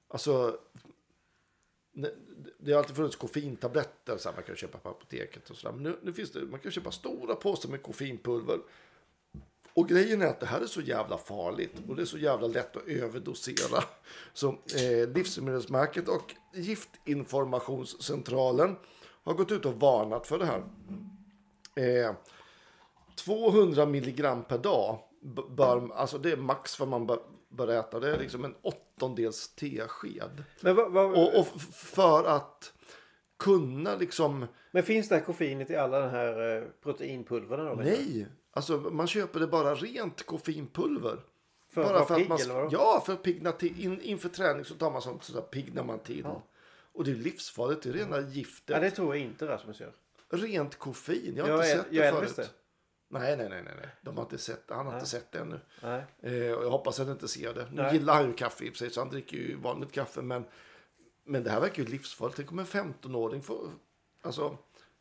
S2: alltså, ne- det har alltid funnits koffeintabletter så här, man kan köpa på apoteket och sådär. Men nu, nu finns det, man kan köpa stora påsar med koffeinpulver. Och grejen är att det här är så jävla farligt och det är så jävla lätt att överdosera. Så eh, Livsmedelsverket och Giftinformationscentralen har gått ut och varnat för det här. Eh, 200 milligram per dag, b- bör, alltså det är max vad man bör, bör äta. Det är liksom en åttondels tesked.
S3: Men, vad- vad-
S2: Och, och f- för att kunna liksom...
S3: men finns det här koffeinet i alla de här eh, proteinpulverna? Då, menar
S2: Nej, alltså man köper det bara rent koffeinpulver.
S3: För att
S2: bara
S3: vara
S2: för att
S3: pigg,
S2: man
S3: eller vadå?
S2: Ja, för att pigna till. In, inför träning så tar man sånt så där piggnar man till. Och det är livsfarligt, det är rena
S3: du? Ja,
S2: giftet.
S3: det tror jag inte Rasmus gör.
S2: Rent koffein, jag har
S3: Jag
S2: inte
S3: är-
S2: sett
S3: jag
S2: det
S3: är
S2: förut.
S3: Elvis det.
S2: Nej, nej, nej, nej, nej. De har inte sett det. Han har inte sett det ännu.
S3: Nej.
S2: Eh, och jag hoppas att han inte ser det. Nu
S3: Nej.
S2: gillar han ju kaffe i och för sig, så han dricker ju vanligt kaffe. Men, men det här verkar ju livsfarligt. Tänk om en 15-åring får... Alltså,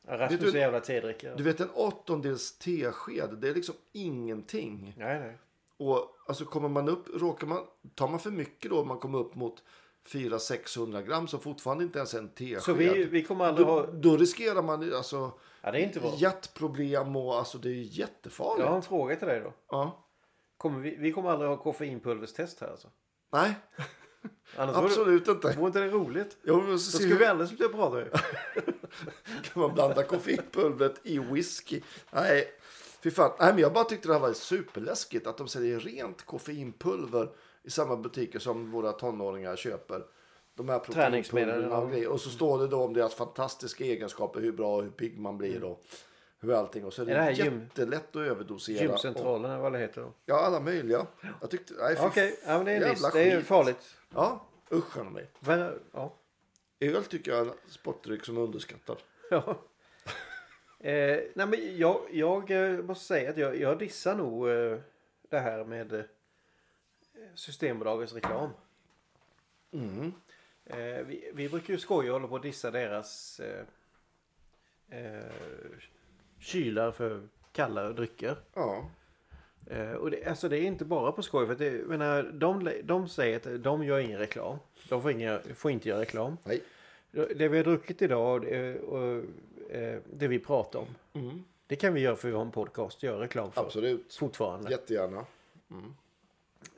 S3: Ja, Rasmus
S2: Vet du-
S3: är jävla tedrickare.
S2: du vet en åttondels tesked, det är liksom ingenting.
S3: Nej, nej.
S2: Och alltså kommer man upp, råkar man, tar man för mycket då om man kommer upp mot 400-600 gram så fortfarande inte ens en tesked.
S3: Så vi, vi kommer aldrig
S2: då,
S3: ha...
S2: då riskerar man ju, alltså
S3: Ja, det är inte bra.
S2: hjärtproblem och alltså det är ju
S3: Jag
S2: jättefarligt.
S3: har
S2: Ja.
S3: en fråga till dig då. Kommer vi, vi kommer aldrig ha koffeinpulverstest här alltså.
S2: Nej,
S3: Annars Absolut.
S2: absolut
S3: Vore,
S2: inte.
S3: vore inte det roligt?
S2: Jag vill se
S3: Alltså, Då
S2: hur
S3: skulle vi aldrig sluta prata ju.
S2: kan man blanda koffeinpulvret i whisky. Nej, fy fan. Nej, men jag bara tyckte det här var superläskigt att de säljer rent koffeinpulver i samma butiker som våra tonåringar köper. De här proteinpulverna
S3: Träningsmedel,
S2: och
S3: ja.
S2: grejer. Och så står det då om deras fantastiska egenskaper, hur bra och hur pigg man blir och hur allting. Och så är det,
S3: Mm. Är det här gym-
S2: jättelätt att överdosera. Och,
S3: Gymcentralen eller vad det heter då.
S2: ja, alla möjliga. Jag tyckte, nej, fy-
S3: Okej, ja, men det är en
S2: jävla
S3: risk. Det är ju
S2: skit.
S3: farligt.
S2: Ja, usch han och mig.
S3: Men, ja.
S2: Öl tycker jag är en sportdryck som är underskattad.
S3: Ja. Eh, nej men jag, jag eh, måste säga att jag, jag dissar nog eh, det här med eh, Systembolagets reklam.
S2: Mm.
S3: Eh, vi, vi brukar ju skoja och hålla på och dissa deras eh, eh, kylar för kallare drycker.
S2: Ja,
S3: Eh, och det, alltså det är inte bara på skoj för att det, jag menar, de, de säger att de gör ingen reklam. De får, inga, får inte göra reklam.
S2: nej.
S3: Det vi har druckit idag och det, och, eh, det vi pratar om. Det kan vi göra för vi har en podcast att göra reklam för.
S2: Mm. Absolut.
S3: Fortfarande.
S2: Jättegärna.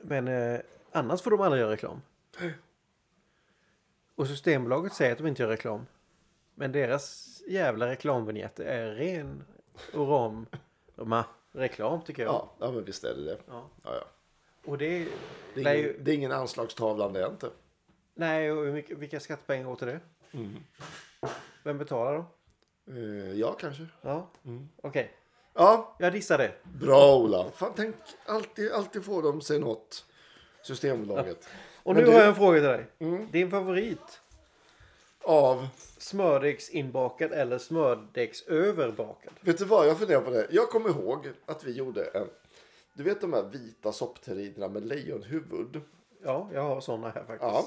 S3: Men eh, annars får de aldrig göra reklam. Och Systembolaget säger att de inte gör reklam. Men deras jävla reklamvinjett är ren och ram ma, reklam tycker jag.
S2: Ja, ja men visst är det det. Ja. Ja,
S3: Och det,
S2: Det,
S3: lär
S2: är
S3: ju-
S2: ingen, det är ingen anslagstavla det är inte.
S3: Nej, och hur mycket, vilka skattepengar går till det?
S2: Mm.
S3: Vem betalar dem?
S2: Eh, ja, kanske.
S3: Ja,
S2: Mm.
S3: okej.
S2: Ja,
S3: Jag dissar det.
S2: bra Ola. Fan, tänk, alltid, alltid får de sig något. Systembolaget.
S3: Och
S2: Men
S3: nu
S2: du- Mm.
S3: har jag en fråga till dig. Din favorit
S2: Av,
S3: smördegsinbakad eller smördegsöverbakad?
S2: vet du vad, jag funderar på det. Jag kommer ihåg att vi gjorde en, du vet de här vita soppterrinerna med lejonhuvud.
S3: Ja, jag har sådana här faktiskt.
S2: Ja.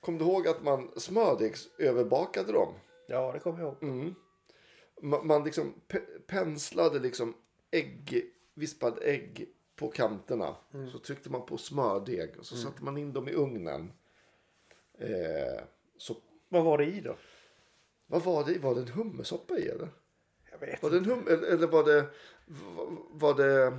S2: Kom du ihåg att man smördegsöverbakade dem? Mm.
S3: Ja, det kommer jag ihåg.
S2: man, man liksom pe- penslade liksom ägg, vispad ägg på kanterna.
S3: Mm.
S2: Så tryckte man på smördeg och så satte man in dem i ugnen. Eh, så,
S3: Vad var det i då?
S2: vad var det? i? Var det en hummersoppa i eller?
S3: Jag vet
S2: Var det en hum, eller eller var det, var det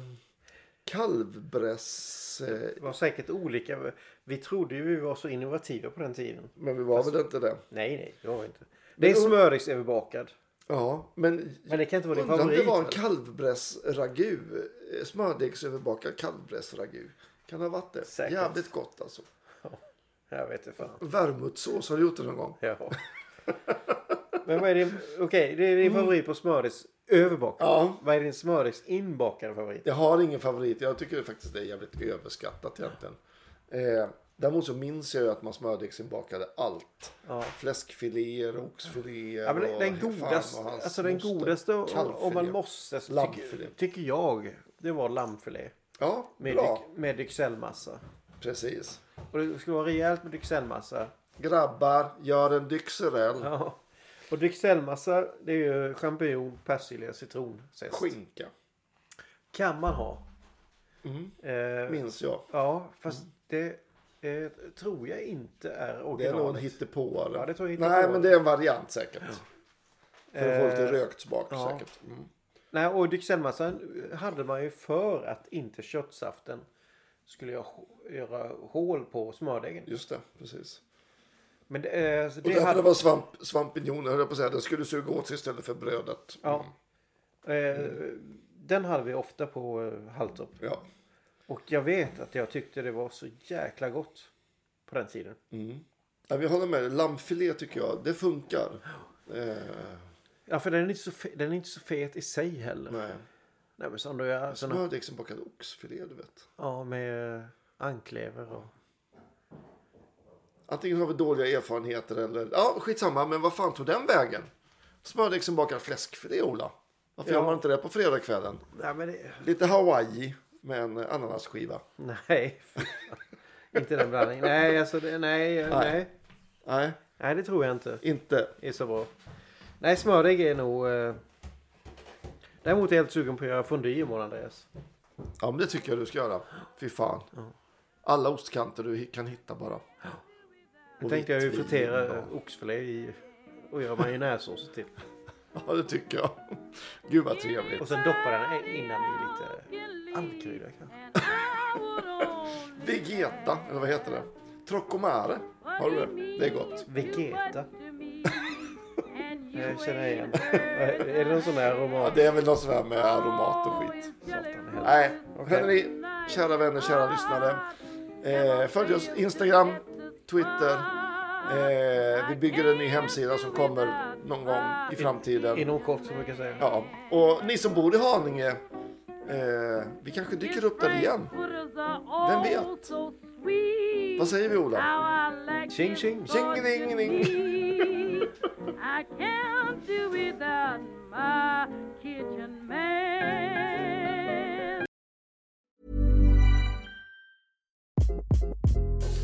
S2: kalvbräss? Eh,
S3: Det var säkert olika. Vi trodde ju vi var så innovativa på den tiden.
S2: men vi var väl inte det?
S3: Nej, nej, det var vi inte. Det är smörigsöverbakad.
S2: Ja, men,
S3: Men det kan inte vara din
S2: undrar om det
S3: favorit.
S2: var en
S3: väl?
S2: kalvbrässragu. eh, Smördegsöverbakat kalvbrässragu. Kan det ha varit det?
S3: Säkert.
S2: Jävligt gott alltså.
S3: Jag vet inte fan.
S2: Värmutsås, har du gjort det någon gång?
S3: Ja. Men vad är din... Okej, det är din favorit på smöris överbakad.
S2: Mm. Ja.
S3: Vad är din smöris inbakade favorit?
S2: Jag har ingen favorit. Jag tycker faktiskt det är jävligt överskattat egentligen. Eh, däremot så minns jag ju att man smördegsinbakade allt. Fläskfiléer, oxfiléer
S3: Ja, men
S2: och
S3: den, den,
S2: fan
S3: godaste,
S2: och hans
S3: alltså den
S2: moster.
S3: godaste om om man
S2: Kalvfilé.
S3: måste så
S2: Lammfilé.
S3: tycker, tycker jag det var lammfilé.
S2: Ja,
S3: Med,
S2: bra.
S3: dyx- med Dyxellmassa.
S2: Precis.
S3: Och det skulle vara rejält med Dyxellmassa.
S2: Grabbar, gör en Dyxerell.
S3: Ja. Och Dyxellmassa det är ju champinjon, persilja, citron, zest.
S2: Skinka,
S3: Kan man ha. Eh,
S2: minns jag.
S3: ja, fast det eh, tror jag inte är
S2: Mm. Det är nog en
S3: originalet.
S2: hittepåare.
S3: Ja, det tror jag
S2: Nej,
S3: hittepåare. Eh,
S2: men det är en variant säkert. För att få lite rökt smak
S3: ja.
S2: säkert. Mm.
S3: Nej, och Dyxellmassan hade man ju för att inte köttsaften skulle jag göra hål på smördegen.
S2: Just det, precis.
S3: Men det, eh, så
S2: Och
S3: det
S2: därför
S3: hade,
S2: det var svamp, svampinjoner, höll jag på att säga. Den skulle suga åt sig istället för brödet.
S3: ja, eh, Den hade vi ofta på eh, Halltorp.
S2: Ja.
S3: Och jag vet att jag tyckte det var så jäkla gott på den tiden.
S2: Mm. Nej, vi håller med dig. Lammfilé tycker jag, det funkar. Eh,
S3: Ja, för den är inte så, fe- den är inte så fet i sig heller. Nej,
S2: nej.
S3: men som du gör såna,
S2: Smördegsbakad oxfilé, liksom du vet.
S3: ja, med eh, anklever och...
S2: Antingen har vi dåliga erfarenheter eller... Ja, skitsamma, men vad fan tog den vägen? Smördegsbakad liksom fläskfilé, Ola. Varför
S3: Ja.
S2: gör man inte det på fredagskvällen?
S3: Nej, men det,
S2: Lite Hawaii med en ananasskiva.
S3: nej fy fan. inte den blandningen. Nej, alltså det, nej, eh,
S2: Nej.
S3: nej.
S2: Nej,
S3: Nej, det tror jag inte.
S2: inte.
S3: är så bra. Nej, smördeg är nog... Eh... Däremot är jag helt sugen på att göra fondue imorgon, Andreas.
S2: Ja, men det tycker jag du ska göra. Fy fan. Alla ostkanter du hi- kan hitta bara.
S3: Nu
S2: Och
S3: tänkte jag ju
S2: vitt vin
S3: fritera
S2: och-
S3: oxfilé i, och göra majonnässås till.
S2: Ja, det tycker jag. Gud vad trevligt.
S3: Och sen doppa den innan i lite allkrydda kanske.
S1: And I would only
S2: Vegeta, eller vad heter det? Trocomare. Har du det? Det är gott.
S1: to
S3: Vegeta.
S1: me. And you
S3: Jag känner
S1: ain't
S3: igen Är det någon sån där
S2: Ja,
S3: aromat?
S2: det är väl något sån här med aromat och skit. Nej, hörni ni, kära vänner, kära lyssnare. Eh, följ oss Instagram, Twitter. Eh, vi bygger en ny hemsida som kommer någon gång i framtiden.
S3: Inom kort som vi brukar säga.
S2: Ja, och ni som bor i Haninge, eh, vi kanske dyker upp där igen. Vem vet? Vad säger vi Ola?
S3: Tjing tjing!
S2: Tjingelingeling!
S1: I can't do without my kitchen man.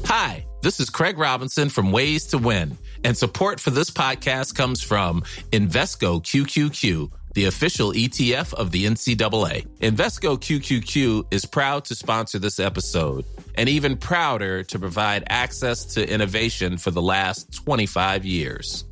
S4: Hi, this is Craig Robinson from Ways to Win, and support for this podcast comes from Invesco QQQ, the official ETF of the NCAA. Invesco QQQ is proud to sponsor this episode and even prouder to provide access to innovation for the last 25 years.